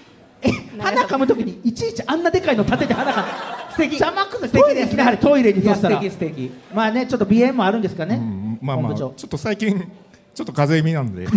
Speaker 3: え鼻噛む時にいちいちあんなでかいの立てて鼻が素敵邪魔くさいトイレ行きなはれトイレにそしたら
Speaker 2: いや素敵素敵
Speaker 3: まあねちょっと鼻炎もあるんですかね、
Speaker 8: まあまあちょっと最近ちょっと風邪気味なんで。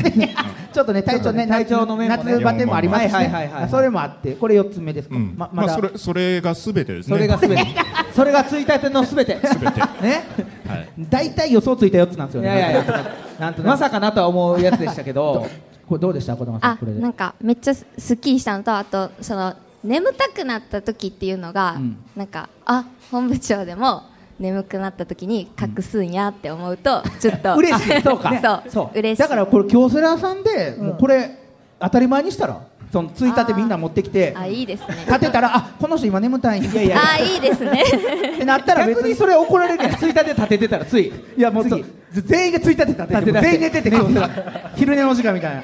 Speaker 3: ちょっとね体調ね
Speaker 2: 体調の面もね
Speaker 3: 夏バテもありますし、ね、
Speaker 2: はいはいはいはい
Speaker 3: それもあってこれ四つ目ですか、
Speaker 8: うん
Speaker 3: まま
Speaker 8: まあ
Speaker 3: だ、
Speaker 8: それそれがすべてですね。
Speaker 3: それが全て それがついたてのすべてすべ
Speaker 8: て
Speaker 3: ね
Speaker 8: はい。
Speaker 3: 大体予想ついた四つなんですよね
Speaker 2: いやいやい
Speaker 3: やなんとなく
Speaker 2: まさかなとは思うやつでしたけ ど
Speaker 3: これどうでした児玉さん
Speaker 7: あ
Speaker 3: これで
Speaker 7: なんかめっちゃすすっきりしたのとあとその眠たくなった時っていうのが、
Speaker 3: うん
Speaker 7: なんかあ本部長でも眠くなった時に隠すんやって思うと、ちょっと
Speaker 3: 嬉しいそうか
Speaker 7: そう嬉しい
Speaker 3: だからこれ京セラさんで、もうこれ当たり前にしたらそのついたてみんな持ってきて
Speaker 7: あいいですね
Speaker 3: 立てたらあこの人今眠たいんやいやいや
Speaker 7: あいいです ね
Speaker 3: ってなったら別にそれ怒られるやんついたて立ててたらついいやもうそう全員がついたて立てて全員寝てて京セラ昼寝の時間みたいな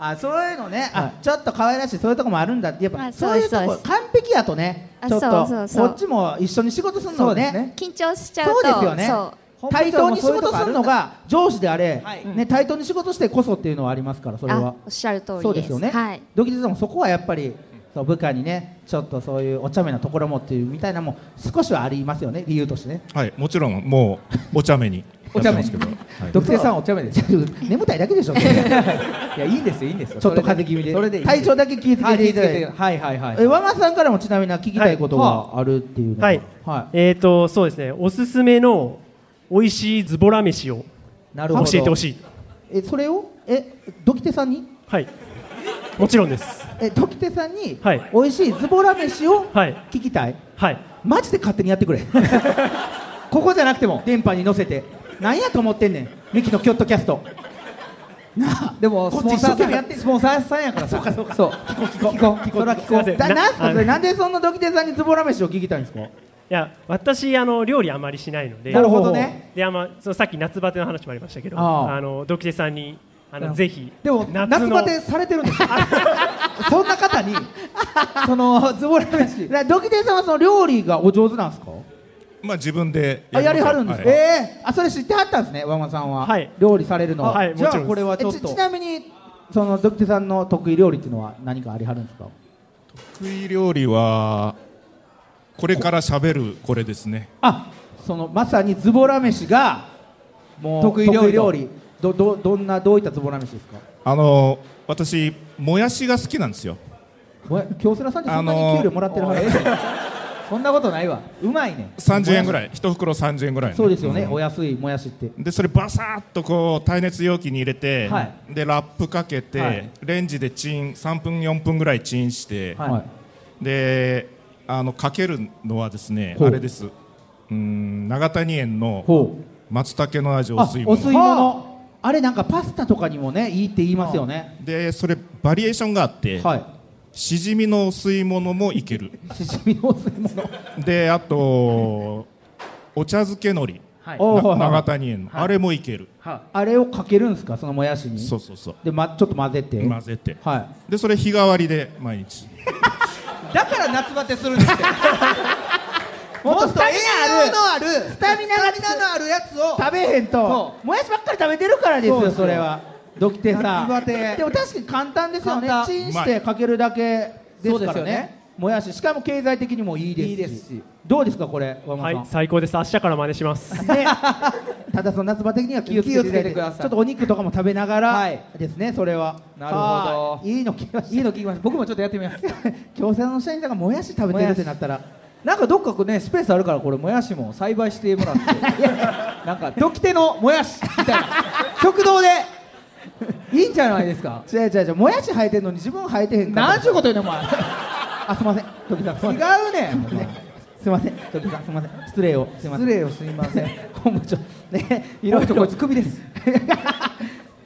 Speaker 3: あそういうのね、あちょっと可愛らしいそういうとこもあるんだってやっぱ
Speaker 7: あ
Speaker 3: そういうと
Speaker 7: そうですそう
Speaker 3: こ
Speaker 7: です
Speaker 3: 完璧やとね
Speaker 7: あ
Speaker 3: ちょっと
Speaker 7: そうそうそう
Speaker 3: こっちも一緒に仕事するの
Speaker 2: そ
Speaker 3: も
Speaker 2: うです
Speaker 3: ね
Speaker 7: 緊張しちゃう
Speaker 3: そう
Speaker 7: と
Speaker 3: ですよね
Speaker 7: そう
Speaker 3: 対等に仕事するのが上司であれ、
Speaker 7: はい
Speaker 3: ね、対等に仕事してこそっていうのはありますからそれ
Speaker 7: あ
Speaker 3: は
Speaker 7: おっしゃる通りです
Speaker 3: そうですよね、
Speaker 7: はい、
Speaker 3: ドキドキさんもそこはやっぱりそう部下にねちょっとそういうお茶目なところもっていうみたいなのも少しはありますよね理由としてね
Speaker 8: はい、もちろんもうお茶目にやってますけど。はい
Speaker 3: ドキさんはお茶目です眠たいだけでしょい や いいんですよいいんです
Speaker 2: よ
Speaker 3: ちょっと風邪気味で
Speaker 2: それでいい
Speaker 3: 体調だけ気をつけていただいて、
Speaker 2: はいはいはい
Speaker 3: え和間さんからもちなみに聞きたいことがあるっていうの
Speaker 6: はい、えっ、とそうですねおすすめの美味しいズボラ飯を
Speaker 3: なる
Speaker 6: 教
Speaker 3: ほど
Speaker 6: えてほしい
Speaker 3: えそれをえドキテさんに
Speaker 6: はいもちろんです
Speaker 3: え時手さんに、
Speaker 6: はい
Speaker 3: 美味しいズボラ飯を聞きたい、
Speaker 6: はい、
Speaker 3: マジで勝手にやってくれここじゃなくても電波に乗せてなんやと思ってんねんミキのキョットキャストなあ
Speaker 2: でもス
Speaker 3: こっち
Speaker 2: ポン
Speaker 3: 一
Speaker 2: サ
Speaker 3: 生
Speaker 2: ー
Speaker 3: 懸
Speaker 2: さん
Speaker 3: 命や
Speaker 2: や
Speaker 3: っ
Speaker 2: ってて
Speaker 3: ん
Speaker 2: スポンサーさんやからそうかそうかそう聞こう聞こうそれは聞こ
Speaker 6: すいませ
Speaker 3: うんだ
Speaker 6: な
Speaker 3: なんすかそれ
Speaker 6: あ
Speaker 3: なんでそんなドキテさんにズボラ飯を聞きたいんですか
Speaker 6: いや私あの料理あまりしないので
Speaker 3: なるほどね
Speaker 6: であまそのさっき夏バテの話もありましたけど
Speaker 3: あ
Speaker 6: あ
Speaker 3: あ
Speaker 6: のドキテさんにあ
Speaker 3: いや
Speaker 6: のぜひ
Speaker 3: でも夏
Speaker 6: の
Speaker 3: バテされてるんですよ そんな方にそのズボラ飯 だからドキテさんはその料理がお上手なんですか
Speaker 8: まあ自分で
Speaker 3: あやりはるんですか、
Speaker 8: はい
Speaker 3: ええあそれ知ってはったんですね和間さんは、
Speaker 6: はい
Speaker 3: 料理されるのは、
Speaker 6: はい
Speaker 3: じゃ
Speaker 6: もち
Speaker 3: あ
Speaker 6: ろんです
Speaker 3: これはちょっ
Speaker 6: え
Speaker 3: と
Speaker 6: ち
Speaker 3: ち
Speaker 6: ち
Speaker 3: なみにそのドキテさんの得意料理っていうのは何かありはるんですか
Speaker 8: 得意料理はこれから喋るこれですね。
Speaker 3: あそのまさにズボラ飯がもう
Speaker 2: 得意料理と
Speaker 3: 得意料理どどどんなどういったズボラ飯ですか
Speaker 8: あの私もやしが好きなんですよ
Speaker 3: おい京セラさんってそんなに給料もらってるはず、 そんなことないわうまいね
Speaker 8: 30円ぐらい一袋30円ぐらい、
Speaker 3: そうですよね、
Speaker 8: ん
Speaker 3: お安いもやしって
Speaker 8: でそれバサッとこう耐熱容器に入れて、
Speaker 3: は
Speaker 8: でラップかけて、
Speaker 3: はい
Speaker 8: レンジでチン3分4分ぐらいチンして、
Speaker 3: は
Speaker 8: であのかけるのはですね
Speaker 3: ほう
Speaker 8: あれですうーん長谷園の松茸の味お吸い
Speaker 3: お吸い
Speaker 8: 物
Speaker 3: 物あれなんかパスタとかにもねいいって言いますよね
Speaker 8: でそれバリエーションがあって、しじみのお吸い物もいける
Speaker 3: しじみのお吸い物
Speaker 8: であとお茶漬けのり、
Speaker 3: はい
Speaker 8: な
Speaker 3: おうはいはい
Speaker 8: 長谷園の、
Speaker 3: はい
Speaker 8: あれもいける
Speaker 3: あれをかけるんですかそのもやしに
Speaker 8: そうそうそう
Speaker 3: で、ま、ちょっと混ぜて
Speaker 8: 混ぜて、
Speaker 3: は
Speaker 8: でそれ日替わりで毎日
Speaker 3: だから夏バテするんです よもっとスタミナあるのあるスタミナがのあるやつを食べへんともやしばっかり食べてるから
Speaker 2: ですよ
Speaker 3: それはドキテさん
Speaker 2: 夏バテ
Speaker 3: でも確かに簡単ですよね
Speaker 2: 簡単
Speaker 3: チンしてかけるだけで
Speaker 2: そう
Speaker 3: す
Speaker 2: で
Speaker 3: か
Speaker 2: す
Speaker 3: ら
Speaker 2: よね
Speaker 3: ねもやししかも経済的にもいいですしどうですかこれ和間
Speaker 6: は
Speaker 3: さん
Speaker 6: い、最高です。明日から真似します。
Speaker 3: ただその夏バテには気をつけて
Speaker 2: 気をつけてください
Speaker 3: ちょっとお肉とかも食べながら、ですねそれは
Speaker 2: なるほど
Speaker 3: どいいの聞きましたいいの聞きました僕もちょっとやってみます 共産の社員さんがもやし食べてるってなったらなんかどっかこうねスペースあるからこれもやしも栽培してもらって なんかドキテのもやしみたい な食堂でいいんじゃないですか違う違う違うもやし生えてんのに自分生えてへんからなんちゅうこと言うねんお前 あすいませんドキテさん違うねん すいません、ドキさん、すいません、失礼を、すいません、失礼をすいま せん、本部長、ね、いろいろとこいつ首 です。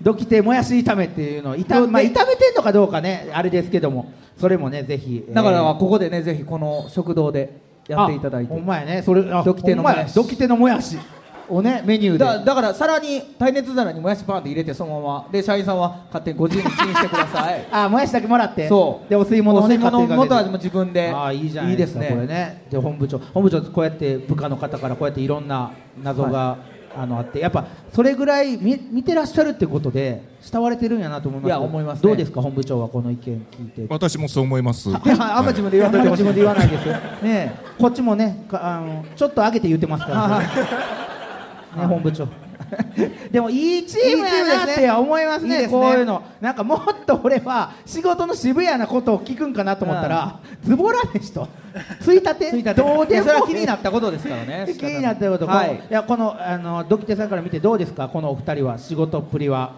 Speaker 3: ドキテもやし炒めっていうのを炒め,、まあ、炒めてんのかどうかねあれですけどもそれもねぜひ
Speaker 2: だから
Speaker 3: ここでねぜひこの食堂で
Speaker 2: やっていただいて
Speaker 3: お前ねそれあ
Speaker 2: ドキテのもやし
Speaker 3: ほんまドキテのもやしをねメニューで
Speaker 2: だだから皿に耐熱皿にもやしパンって入れてそのままで社員さんは勝手にご自由にチンしてくださ い
Speaker 3: あもやしだけもらって
Speaker 2: そう
Speaker 3: でお吸い物をね
Speaker 2: お吸い物
Speaker 3: 勝手にかけて
Speaker 2: 元味も自分で
Speaker 3: ああいいじゃない
Speaker 2: い
Speaker 3: で
Speaker 2: ですす
Speaker 3: か
Speaker 2: ね
Speaker 3: これねで本部長本部長こうやって部下の方からこうやっていろんな謎が、あのあってやっぱそれぐらい見見てらっしゃるってことで慕われてるんやなと思います
Speaker 2: いや思いますね
Speaker 3: どうですか本部長はこの意見聞いて
Speaker 8: 私もそう思います
Speaker 3: いやあんま自分で言わないでほしい
Speaker 2: あんま自分で言わないですよ
Speaker 3: ねえこっちもねかあのちょっと上げて言ってますからねね本部長でもいいチームやなって思いますね
Speaker 2: いいですね
Speaker 3: こういうのなんかもっと俺は仕事の渋谷なことを聞くんかなと思ったら、ズボラ飯とついたてどう
Speaker 2: い
Speaker 3: で
Speaker 2: や
Speaker 3: も
Speaker 2: それは気になったことですからね
Speaker 3: 気になったこと、
Speaker 2: は
Speaker 3: こ
Speaker 2: い
Speaker 3: のいやこのあのドキテさんから見てどうですかこのお二人は仕事っぷりは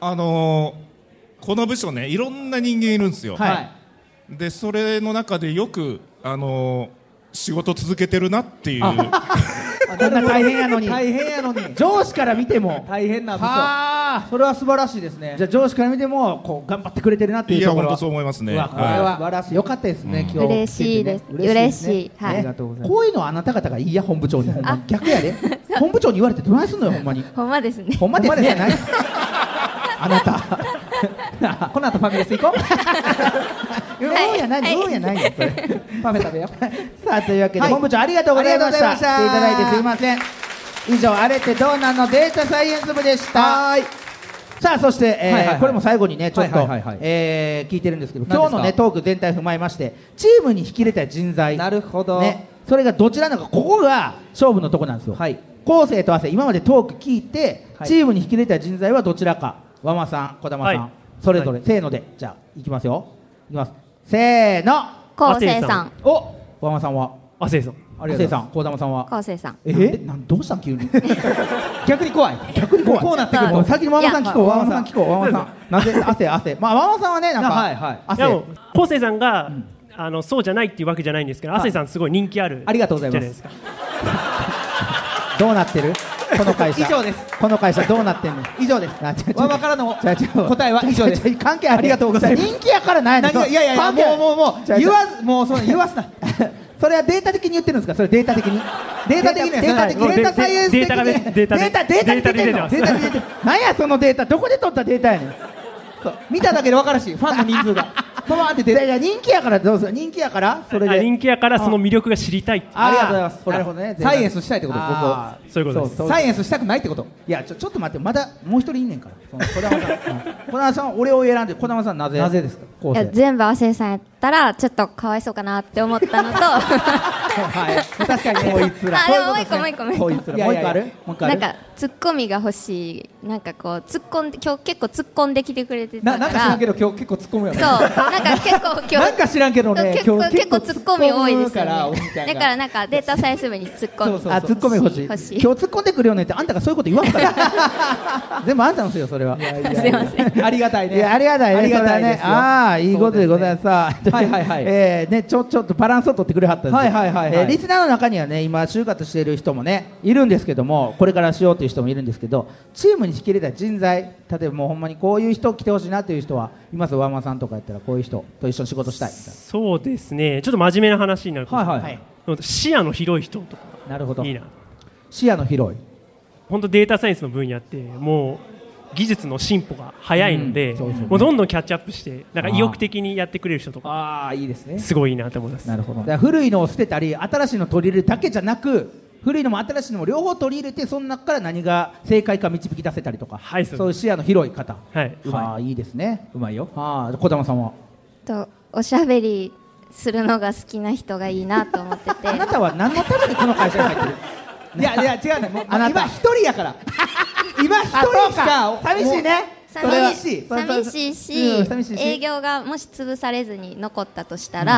Speaker 8: あのーこの部署ねいろんな人間いるんですよ、
Speaker 3: はい
Speaker 8: でそれの中でよく、あのー仕事続けてるなっていう
Speaker 3: こんな大変やのに
Speaker 2: 大変やのに
Speaker 3: 上司から見ても
Speaker 2: 大変な部
Speaker 3: は
Speaker 2: 署それは素晴らしいですね
Speaker 3: じゃあ上司から見てもこう頑張ってくれてるなって
Speaker 8: い
Speaker 3: いう
Speaker 8: や
Speaker 3: ところ
Speaker 8: 本
Speaker 3: は
Speaker 8: 当そう思いますね
Speaker 3: うわこれは
Speaker 8: は
Speaker 3: 素晴らしい。よかったですね、今日。
Speaker 7: 嬉しいです
Speaker 3: 聞てね
Speaker 7: 嬉しいはい
Speaker 3: ありがとうございます。こういうのあなた方がいいや、本部長に。ほんま逆や で。本部長に言われてどないすんのよ、ほんまに。
Speaker 7: ほんまですね
Speaker 3: ほんまです ね。ないあなた。 なあこの後ファミレス行こ う。
Speaker 2: はい
Speaker 3: うんやないよ、
Speaker 2: はい
Speaker 3: うんやないよ、それ。
Speaker 2: パフェ食べよう
Speaker 3: さあ、というわけで、
Speaker 2: はい
Speaker 3: 本部長ありがとうございました。
Speaker 2: あ
Speaker 3: 来
Speaker 2: り
Speaker 3: て
Speaker 2: がと
Speaker 3: い
Speaker 2: ご
Speaker 3: うた
Speaker 2: ざ
Speaker 3: だ
Speaker 2: いました
Speaker 3: いてすいません。以上、あれってどうなんのデータサイエンス部でした。さあそして、えー
Speaker 2: はいはいはい
Speaker 3: これも最後にねちょっと、
Speaker 2: はいはいはいはい
Speaker 3: えー聞いてるんですけど
Speaker 2: 何です
Speaker 3: 今
Speaker 2: か
Speaker 3: 日のねトーク全体踏まえましてチームに引き入れたい人材
Speaker 2: なるほど
Speaker 3: ね、それがどちらなのかここが勝負のとこなんですよ、後世と亜生今までトーク聞いて、
Speaker 2: はい
Speaker 3: チームに引き入れたい人材はどちらか和間さん児玉さん、
Speaker 2: はい
Speaker 3: それぞれ、せーのでじゃあいきますよいきますせーの
Speaker 7: 昴生 さん
Speaker 3: お和間さんは
Speaker 6: 亜生さん
Speaker 3: 亜生さん児玉さんは
Speaker 7: 昴生さん
Speaker 3: えなんどうしたん急に 逆に怖い逆に怖い
Speaker 2: こうなってくると
Speaker 3: もう先にママさん聞こう
Speaker 2: いや
Speaker 3: ママさん聞こうママさんなんで汗汗まあママさんはねなんか
Speaker 2: はい
Speaker 6: いやもう
Speaker 3: 汗
Speaker 6: 昴生さんが、あのそうじゃないっていうわけじゃないんですけど、
Speaker 3: はい
Speaker 6: 亜生さんすごい人気ある。
Speaker 3: ありがとうございます
Speaker 6: じゃなですか。
Speaker 3: どうなってるこの会 社
Speaker 2: 以上です
Speaker 3: この会社どうなってんの以上ですあ
Speaker 2: わわからの
Speaker 3: 答
Speaker 2: 答えは以上です
Speaker 3: 関係ある
Speaker 2: ありがとうございます
Speaker 3: 人気やからないの
Speaker 2: 何がいやいやいや
Speaker 3: 関係ある
Speaker 2: もうもうもう
Speaker 3: じゃあ
Speaker 2: 言わ
Speaker 3: じゃ
Speaker 2: ずもうその言わすな
Speaker 3: あ それはデータ的に言ってるんですかそれデータ的にデータ的に
Speaker 2: データ
Speaker 3: データ的
Speaker 6: もう
Speaker 3: データサイエンス
Speaker 6: デ
Speaker 3: 的
Speaker 6: ータが
Speaker 3: に
Speaker 6: 出データで
Speaker 3: データデータに出てんの
Speaker 6: デ
Speaker 3: デー
Speaker 6: ータ
Speaker 3: タ
Speaker 6: に
Speaker 3: に
Speaker 6: 出
Speaker 3: 出
Speaker 6: て
Speaker 3: て
Speaker 6: ま
Speaker 3: ん何やそのデータどこで取ったデータやねん
Speaker 2: 見ただけで分かるしファンの人数 がパワーって
Speaker 3: い
Speaker 2: 出
Speaker 3: やい
Speaker 2: て
Speaker 3: や人気やからどうする人気やからそれ
Speaker 6: あ
Speaker 3: で
Speaker 6: 人気やからその魅力が知りたいっていう。
Speaker 3: ありがとうございます
Speaker 2: あーなるほどねサイエンスしたいってこと
Speaker 3: あー
Speaker 6: そういうことです
Speaker 3: そ
Speaker 2: サ
Speaker 3: サイ
Speaker 2: イ
Speaker 3: エン
Speaker 2: エンスしたくないってこと
Speaker 3: スいやちょちょっと待ってまだもう一人いんねんからその児玉さん うん児玉さんは俺を選んで児玉さんなぜ
Speaker 2: なぜですか
Speaker 3: こう
Speaker 7: いや全部亜生さんやったらちょっとかわいそうかなって思ったのと
Speaker 3: はい、確かにねこいつら
Speaker 7: あでももう一個もう一個もう一個
Speaker 3: こいつらもう一個あるもう一個あ
Speaker 7: なん
Speaker 3: る
Speaker 7: か突っ込みが欲しいなんかこう突っ込んで今日結構突っ込んできてくれてた
Speaker 3: なな
Speaker 7: か
Speaker 3: んか知ら
Speaker 7: ら
Speaker 3: んけど今日結構突っ込むよね
Speaker 7: そうなんか結構今 日
Speaker 3: なんか知らんけどね
Speaker 7: 結構
Speaker 3: 今日
Speaker 7: 結構突っ込み多いです
Speaker 3: 突っ込むか
Speaker 7: よ
Speaker 3: らお
Speaker 7: ね
Speaker 3: 兄ちゃんが
Speaker 7: だからなんかデータサイエンス部に突っ込
Speaker 3: そ
Speaker 7: み
Speaker 3: うそうあ突っ込み欲しい
Speaker 7: 欲しい
Speaker 3: 今日突っ込んでくるよねってあんたがそういうこと言わんから全部あんたのせいよそれは
Speaker 7: すいません
Speaker 3: ありがたい
Speaker 2: ね
Speaker 3: いやありがたいね
Speaker 2: ありがたい
Speaker 3: それはね
Speaker 2: ですよ
Speaker 3: ああいいことでございますさあ
Speaker 2: はいはいはい
Speaker 3: えーねちょちょっとバランスを取ってくれはったんです
Speaker 2: はいはいはいはい
Speaker 3: えーリスナーの中にはね今就活している人もねいるんですけどもこれからしようという人もいるんですけどチームに引き入れた人材例えばもうほんまにこういう人来てほしいなという人はいますワンマンさんとかやったらこういう人と一緒に仕事したいみたいな
Speaker 6: そうですねちょっと真面目な話になるかもしれ
Speaker 3: はいはい
Speaker 6: ない視野の広い人とか
Speaker 3: なるほど
Speaker 6: いいな
Speaker 3: 視野の広い
Speaker 6: 本当データサイエンスの分野ってもう技術の進歩が早いので、
Speaker 3: うんそうですよね
Speaker 6: もうどんどんキャッチアップしてなんか意欲的にやってくれる人とか
Speaker 3: ああいいですね
Speaker 6: すごいいいなと思います
Speaker 3: なるほどだから古いのを捨てたり新しいのを取り入れるだけじゃなく古いのも新しいのも両方取り入れてその中から何が正解か導き出せたりとか、
Speaker 6: はいそうです
Speaker 3: そういう視野の広い方、
Speaker 6: はい、
Speaker 3: うまいいいですね
Speaker 2: うまいよ
Speaker 3: ああ小玉さんは
Speaker 7: とおしゃべりするのが好きな人がいいなと思ってて
Speaker 3: あなたは何のためにこの会社に入ってるいやいや違うねもう
Speaker 2: あなた
Speaker 3: 今一人や から今一人しか
Speaker 2: 寂しいね
Speaker 3: それは
Speaker 7: 寂しい
Speaker 3: それは
Speaker 7: 寂しい
Speaker 3: うん
Speaker 7: し
Speaker 3: 寂しいし
Speaker 7: 営業がもし潰されずに残ったとしたら、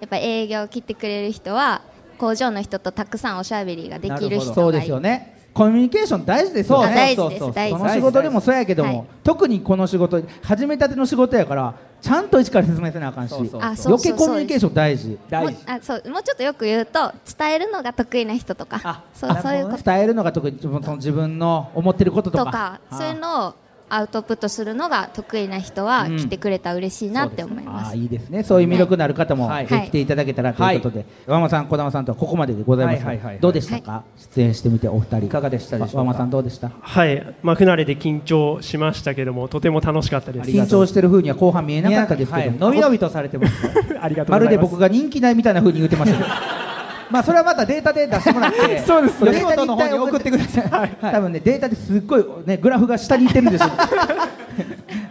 Speaker 7: やっぱ営業を切ってくれる人は工場の人とたくさんおしゃべりができる人がいい
Speaker 3: そうですよねコミュニケーション大事ですよ
Speaker 7: 大
Speaker 3: ね
Speaker 7: 事です大事
Speaker 3: この仕事でもそうやけども、
Speaker 7: はい
Speaker 3: 特にこの仕事始めたての仕事やからちゃんと一から説明せなあかんし
Speaker 2: そうそう
Speaker 7: そうあそうそうそう
Speaker 3: 余計コミュニケーション大事
Speaker 7: もうあそうもうちょっとよく言うと伝えるのが得意な人とかそうそういうこと
Speaker 3: 伝えるのが特にその自分の思ってることと
Speaker 7: と
Speaker 3: か
Speaker 7: か
Speaker 3: あー
Speaker 7: そういうのをアウトプットするのが得意な人は
Speaker 3: うん
Speaker 7: 来てくれたら嬉しいなって思い
Speaker 3: あ
Speaker 7: ま
Speaker 3: ー
Speaker 7: す。
Speaker 3: いいですねそういう魅力のある方も
Speaker 2: はい
Speaker 3: 来ていただけたらということで、和間さん児玉さんとはここまででございますが、
Speaker 2: はいはいはいはい
Speaker 3: どうでしたか、出演してみてお二人いかがでした
Speaker 2: でしょうか
Speaker 3: 和間さんどうでした
Speaker 6: はい、まあ、不慣れで緊張しましたけどもとても楽しかったです
Speaker 3: 緊張してる風には後半見えなかったですけど、
Speaker 2: はい
Speaker 3: のびのびとされてます
Speaker 6: ありがとう
Speaker 3: ま
Speaker 6: ご
Speaker 3: る
Speaker 6: ざ
Speaker 3: で
Speaker 6: います
Speaker 3: 僕が人気ないみたいな風に言ってましたけどまあそれはまたデータで出してもらって
Speaker 2: そうですそうです
Speaker 3: 吉本の方に送ってください、多分ねデータですっごい、ね、グラフが下にいってるんですよ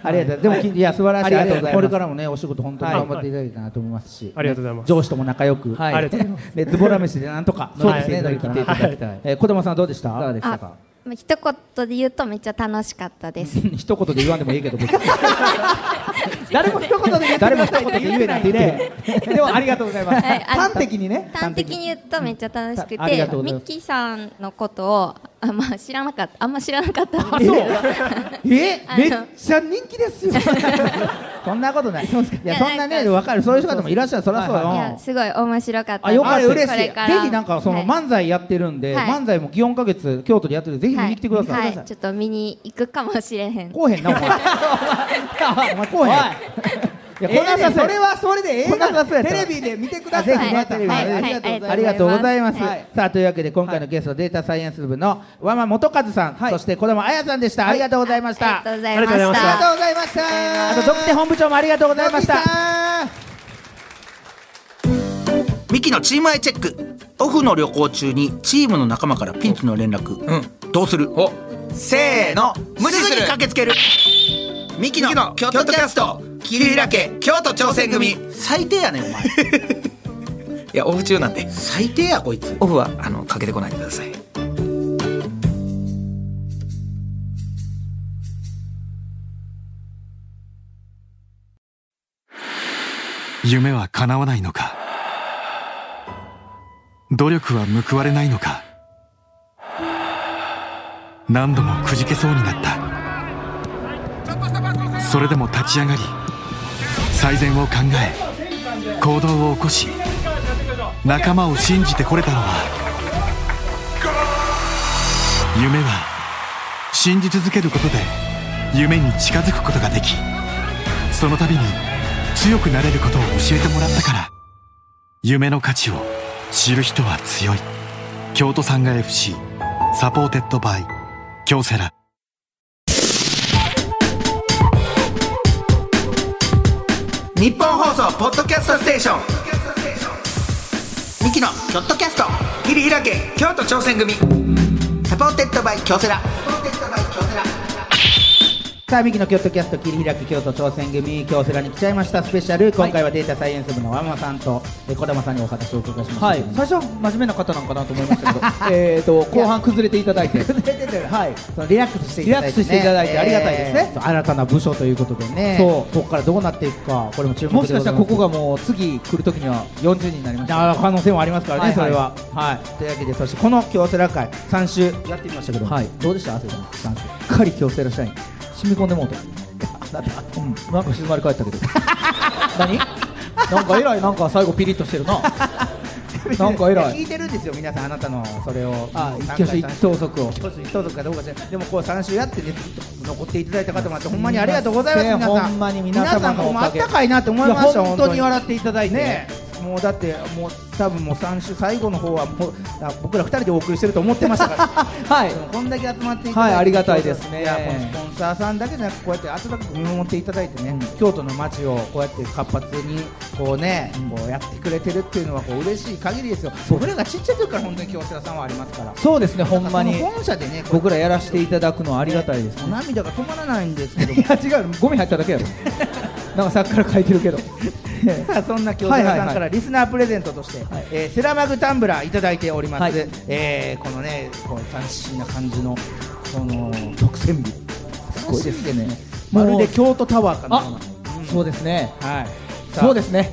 Speaker 3: ありがとうでも、い、や素晴らしい
Speaker 2: ありがとうございます
Speaker 3: これからもねお仕事本当に頑張っていただきたいなと思いますし、
Speaker 6: ありがとうございます
Speaker 3: 上司とも仲良く、
Speaker 2: はい
Speaker 6: ありがとうございます
Speaker 3: でズボラ飯でなんとか
Speaker 2: そうですね
Speaker 3: 乗り切っていただきたい
Speaker 2: 乗り切っていただきたい
Speaker 3: えー児玉さんどうでした
Speaker 2: いかがでしたか
Speaker 7: あまあ一言で言うとめっちゃ楽しかったです。
Speaker 3: 一言で言わんでもいいけど別に
Speaker 2: 誰も一言で言ってく
Speaker 3: 誰も
Speaker 2: だ
Speaker 3: 一
Speaker 2: さい
Speaker 3: 言
Speaker 2: って言え
Speaker 3: で言え
Speaker 2: な
Speaker 3: ない
Speaker 2: い
Speaker 3: ん
Speaker 2: ん
Speaker 3: で
Speaker 2: で
Speaker 3: でもありがとうございます
Speaker 7: はいありが
Speaker 3: 端
Speaker 7: とう
Speaker 3: 的にね
Speaker 7: 端的に言うとめっちゃ楽しく
Speaker 3: あり
Speaker 7: て
Speaker 3: がとうござい
Speaker 7: ミ
Speaker 3: ま
Speaker 7: ッ
Speaker 3: す
Speaker 7: キーさんのことをあ,、まあ、知らなかったあんま知らなかったん
Speaker 3: あ
Speaker 7: です
Speaker 3: そう
Speaker 7: けど
Speaker 3: え
Speaker 7: あの
Speaker 3: めっちゃ人気ですよ そんなこと ないいや
Speaker 7: いや
Speaker 3: そんなね
Speaker 7: なんか
Speaker 3: 分かるそういう方もいらっしゃるそりゃそう
Speaker 2: はい
Speaker 7: いや
Speaker 3: よ
Speaker 7: すごい面白かった
Speaker 3: あよかった
Speaker 7: です
Speaker 3: 嬉し
Speaker 7: こ
Speaker 3: い
Speaker 7: れ
Speaker 3: ぜ
Speaker 7: から
Speaker 3: ひなんかその
Speaker 7: はい
Speaker 3: 漫才やってるんで
Speaker 7: はい
Speaker 3: 漫才も祇園か月京都でやってるんでぜひ見に来てくだ
Speaker 7: は
Speaker 3: さ
Speaker 7: いはいいちょっと見に行くかもしれへん
Speaker 3: こうへんなお前 お前こうへんいや
Speaker 2: ええねん
Speaker 3: こんなさ
Speaker 2: それはそれでええ
Speaker 3: こんなさそう
Speaker 2: が
Speaker 3: やった
Speaker 2: テ
Speaker 3: ら
Speaker 2: レビで見てく
Speaker 3: あ
Speaker 2: ださ
Speaker 3: ぜ
Speaker 2: い
Speaker 3: ひね
Speaker 7: はい
Speaker 3: テレビで
Speaker 7: はい
Speaker 3: ね
Speaker 7: はいはい
Speaker 3: ありがとうございます。
Speaker 2: はい
Speaker 3: さあというわけで今回のゲストデータサイエンス部の和間元和さん、そして児玉彩さんでした。ありがとうございました。
Speaker 7: ありがとうございました
Speaker 6: ありがとうござ
Speaker 2: ありがと
Speaker 6: いま
Speaker 2: うございました
Speaker 3: あとドクテ本部長もありがとうございました。
Speaker 4: ミキのチームアイチェックオフの旅行中にチームの仲間からピンチの連絡うんどうするおせーの無視すぐに駆けつけるミキの京都キャスト桐平家京都挑戦組
Speaker 1: 最低やねんお 前
Speaker 4: いやオフ中なんで
Speaker 1: 最低やこいつ
Speaker 4: オフはあのかけてこないでください
Speaker 9: 夢は叶わないのか努力は報われないのか何度もくじけそうになったそれでも立ち上がり最善を考え行動を起こし仲間を信じてこれたのは夢は信じ続けることで夢に近づくことができその度に強くなれることを教えてもらったから夢の価値を知る人は強い京都産が FC サポーテッドバイ京セラ
Speaker 1: 日本放送ポッドキャストステーションミキのキョットキャスト切り開け京都挑戦組サポーテッドバイ京セラ
Speaker 2: さあミキの京都キャスト切り開き京都挑戦 組京セラに来ちゃいましたスペシャル今回はデータサイエンス部の和間さんとえー小玉さんにお話をお伺いしました
Speaker 3: は
Speaker 2: け
Speaker 3: い
Speaker 2: ど、も、
Speaker 3: 最初は真面目な方なんかなと思いま したけどえーと後半崩れていただいて
Speaker 2: はい、そのリラックスしていただいて、
Speaker 3: リラックスしていただいてありがたいですね
Speaker 2: そう新たな部署ということでね、
Speaker 3: そう
Speaker 2: ここからどうなっていくか、これも注目で
Speaker 3: もしかしたらここ
Speaker 2: が
Speaker 3: がもう次来る時には40人になりました
Speaker 2: あー可能性もありますからね、
Speaker 3: はいはい
Speaker 2: それは、はい。というわけで、そしてこの京セラ会、3週やってみましたけど、
Speaker 3: はい
Speaker 2: どうでした、汗さん、3週。
Speaker 3: しっかり強制らっしゃい染み込んでもう とうん、なんか静まり 返ったけど何なんかえらいなんか最後ピリッとしてる ななんかえら
Speaker 2: 聞
Speaker 3: い
Speaker 2: いてるんですよ、皆さん、あなたのそれを、
Speaker 3: あ一
Speaker 2: 三
Speaker 3: 挙
Speaker 2: 回
Speaker 3: 手一投足を
Speaker 2: 一挙手一投足かどうかじゃない、でもこう3週やって、ね、残っていただいた方もあって、ほんまにありがとうございます、皆さん、
Speaker 3: ほんまに皆様のお
Speaker 2: 皆さんもあ
Speaker 3: か
Speaker 2: っ
Speaker 3: げ
Speaker 2: たかいなと思いました、
Speaker 3: いや本当に笑ってい
Speaker 2: ただいてねもうだって、もう多分もう3週、最後の方はもうあ僕ら2人でお送りしてると思ってましたから、は い、こんだけ集まっていただいて、
Speaker 3: はいありがたいですね
Speaker 2: やこのスポンサーさんだけじゃなく、こうやって温かく見守っていただいてね、京都の街をこうやって活発にこうね、こうやってくれてるっていうのはこう嬉しい限りですよ、僕らがちっちゃい時から本当に京セラさんはありますから。
Speaker 3: そうですねほんまに
Speaker 2: その本社でねこう
Speaker 3: 僕らやらせていただくのはありがたいですね
Speaker 2: 涙が止まらないんですけど
Speaker 3: いや違うゴミ入っただけやろなんか さっきから書いてるけど
Speaker 2: さあそんな京セラさん
Speaker 3: はい
Speaker 2: か
Speaker 3: はいは
Speaker 2: ら
Speaker 3: い
Speaker 2: リスナープレゼントとして、えーセラマグタンブラーいただいております、
Speaker 3: はい
Speaker 2: えーこのねこう斬新な感じのこの特選日す
Speaker 3: ごいですね
Speaker 2: まるで京都タワーかのような
Speaker 3: そうですね
Speaker 2: はい
Speaker 3: そうですね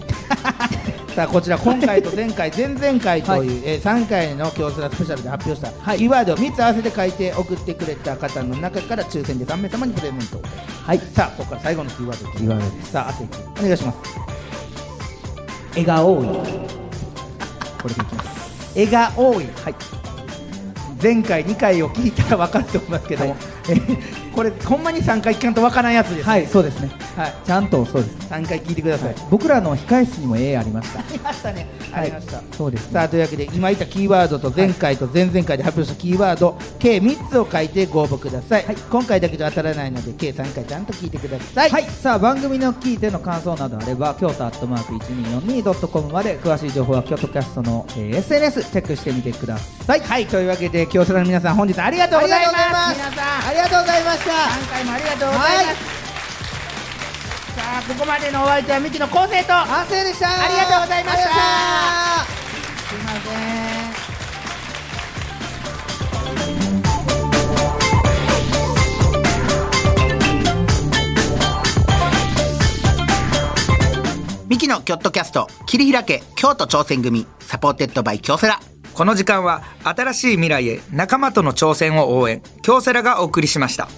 Speaker 2: さあこちら今回と前回前々回という、えー3回の京セラスペシャルで発表したキーワードを3つ合わせて書いて送ってくれた方の中から抽選で3名様にプレゼントをはいさあここから最後のキーワードいきます
Speaker 3: 言われ
Speaker 2: さあ、あと一個お願いします。絵が多い。これでいきます。絵が多い。はい。前回2回を聞いたら分かると思いますけども、えーこれほんまに3回聞かんと分からんやつです。はい、そうですね。はい。
Speaker 3: ちゃんとそうです
Speaker 2: 3回聞いてください。
Speaker 3: 僕らの控え室にも A ありました
Speaker 2: ありましたね。ありました。
Speaker 3: そうです
Speaker 2: さあというわけで今言ったキーワードと前回と前々回で発表したキーワード計3つを書いてご応募ください、今回だけじゃ当たらないので計3回ちゃんと聞いてください
Speaker 3: はい、さあ番組の聞いての感想などあれば京都アットマーク 1242.com まで詳しい情報は京都キャストの、えー SNS チェックしてみてください
Speaker 2: はい、というわけで京セラの皆さん本日ありがとうございます
Speaker 3: あり
Speaker 2: 皆さんありがとうございました3回もありがとうございます、さあここまでのお相手はミキの昴生と安生でしたありがとうございましたすいません
Speaker 10: ミキのキョットキャスト切り開け京都挑戦組サポーテッドバイ京セラ
Speaker 11: この時間は新しい未来へ仲間との挑戦を応援京セラがお送りしました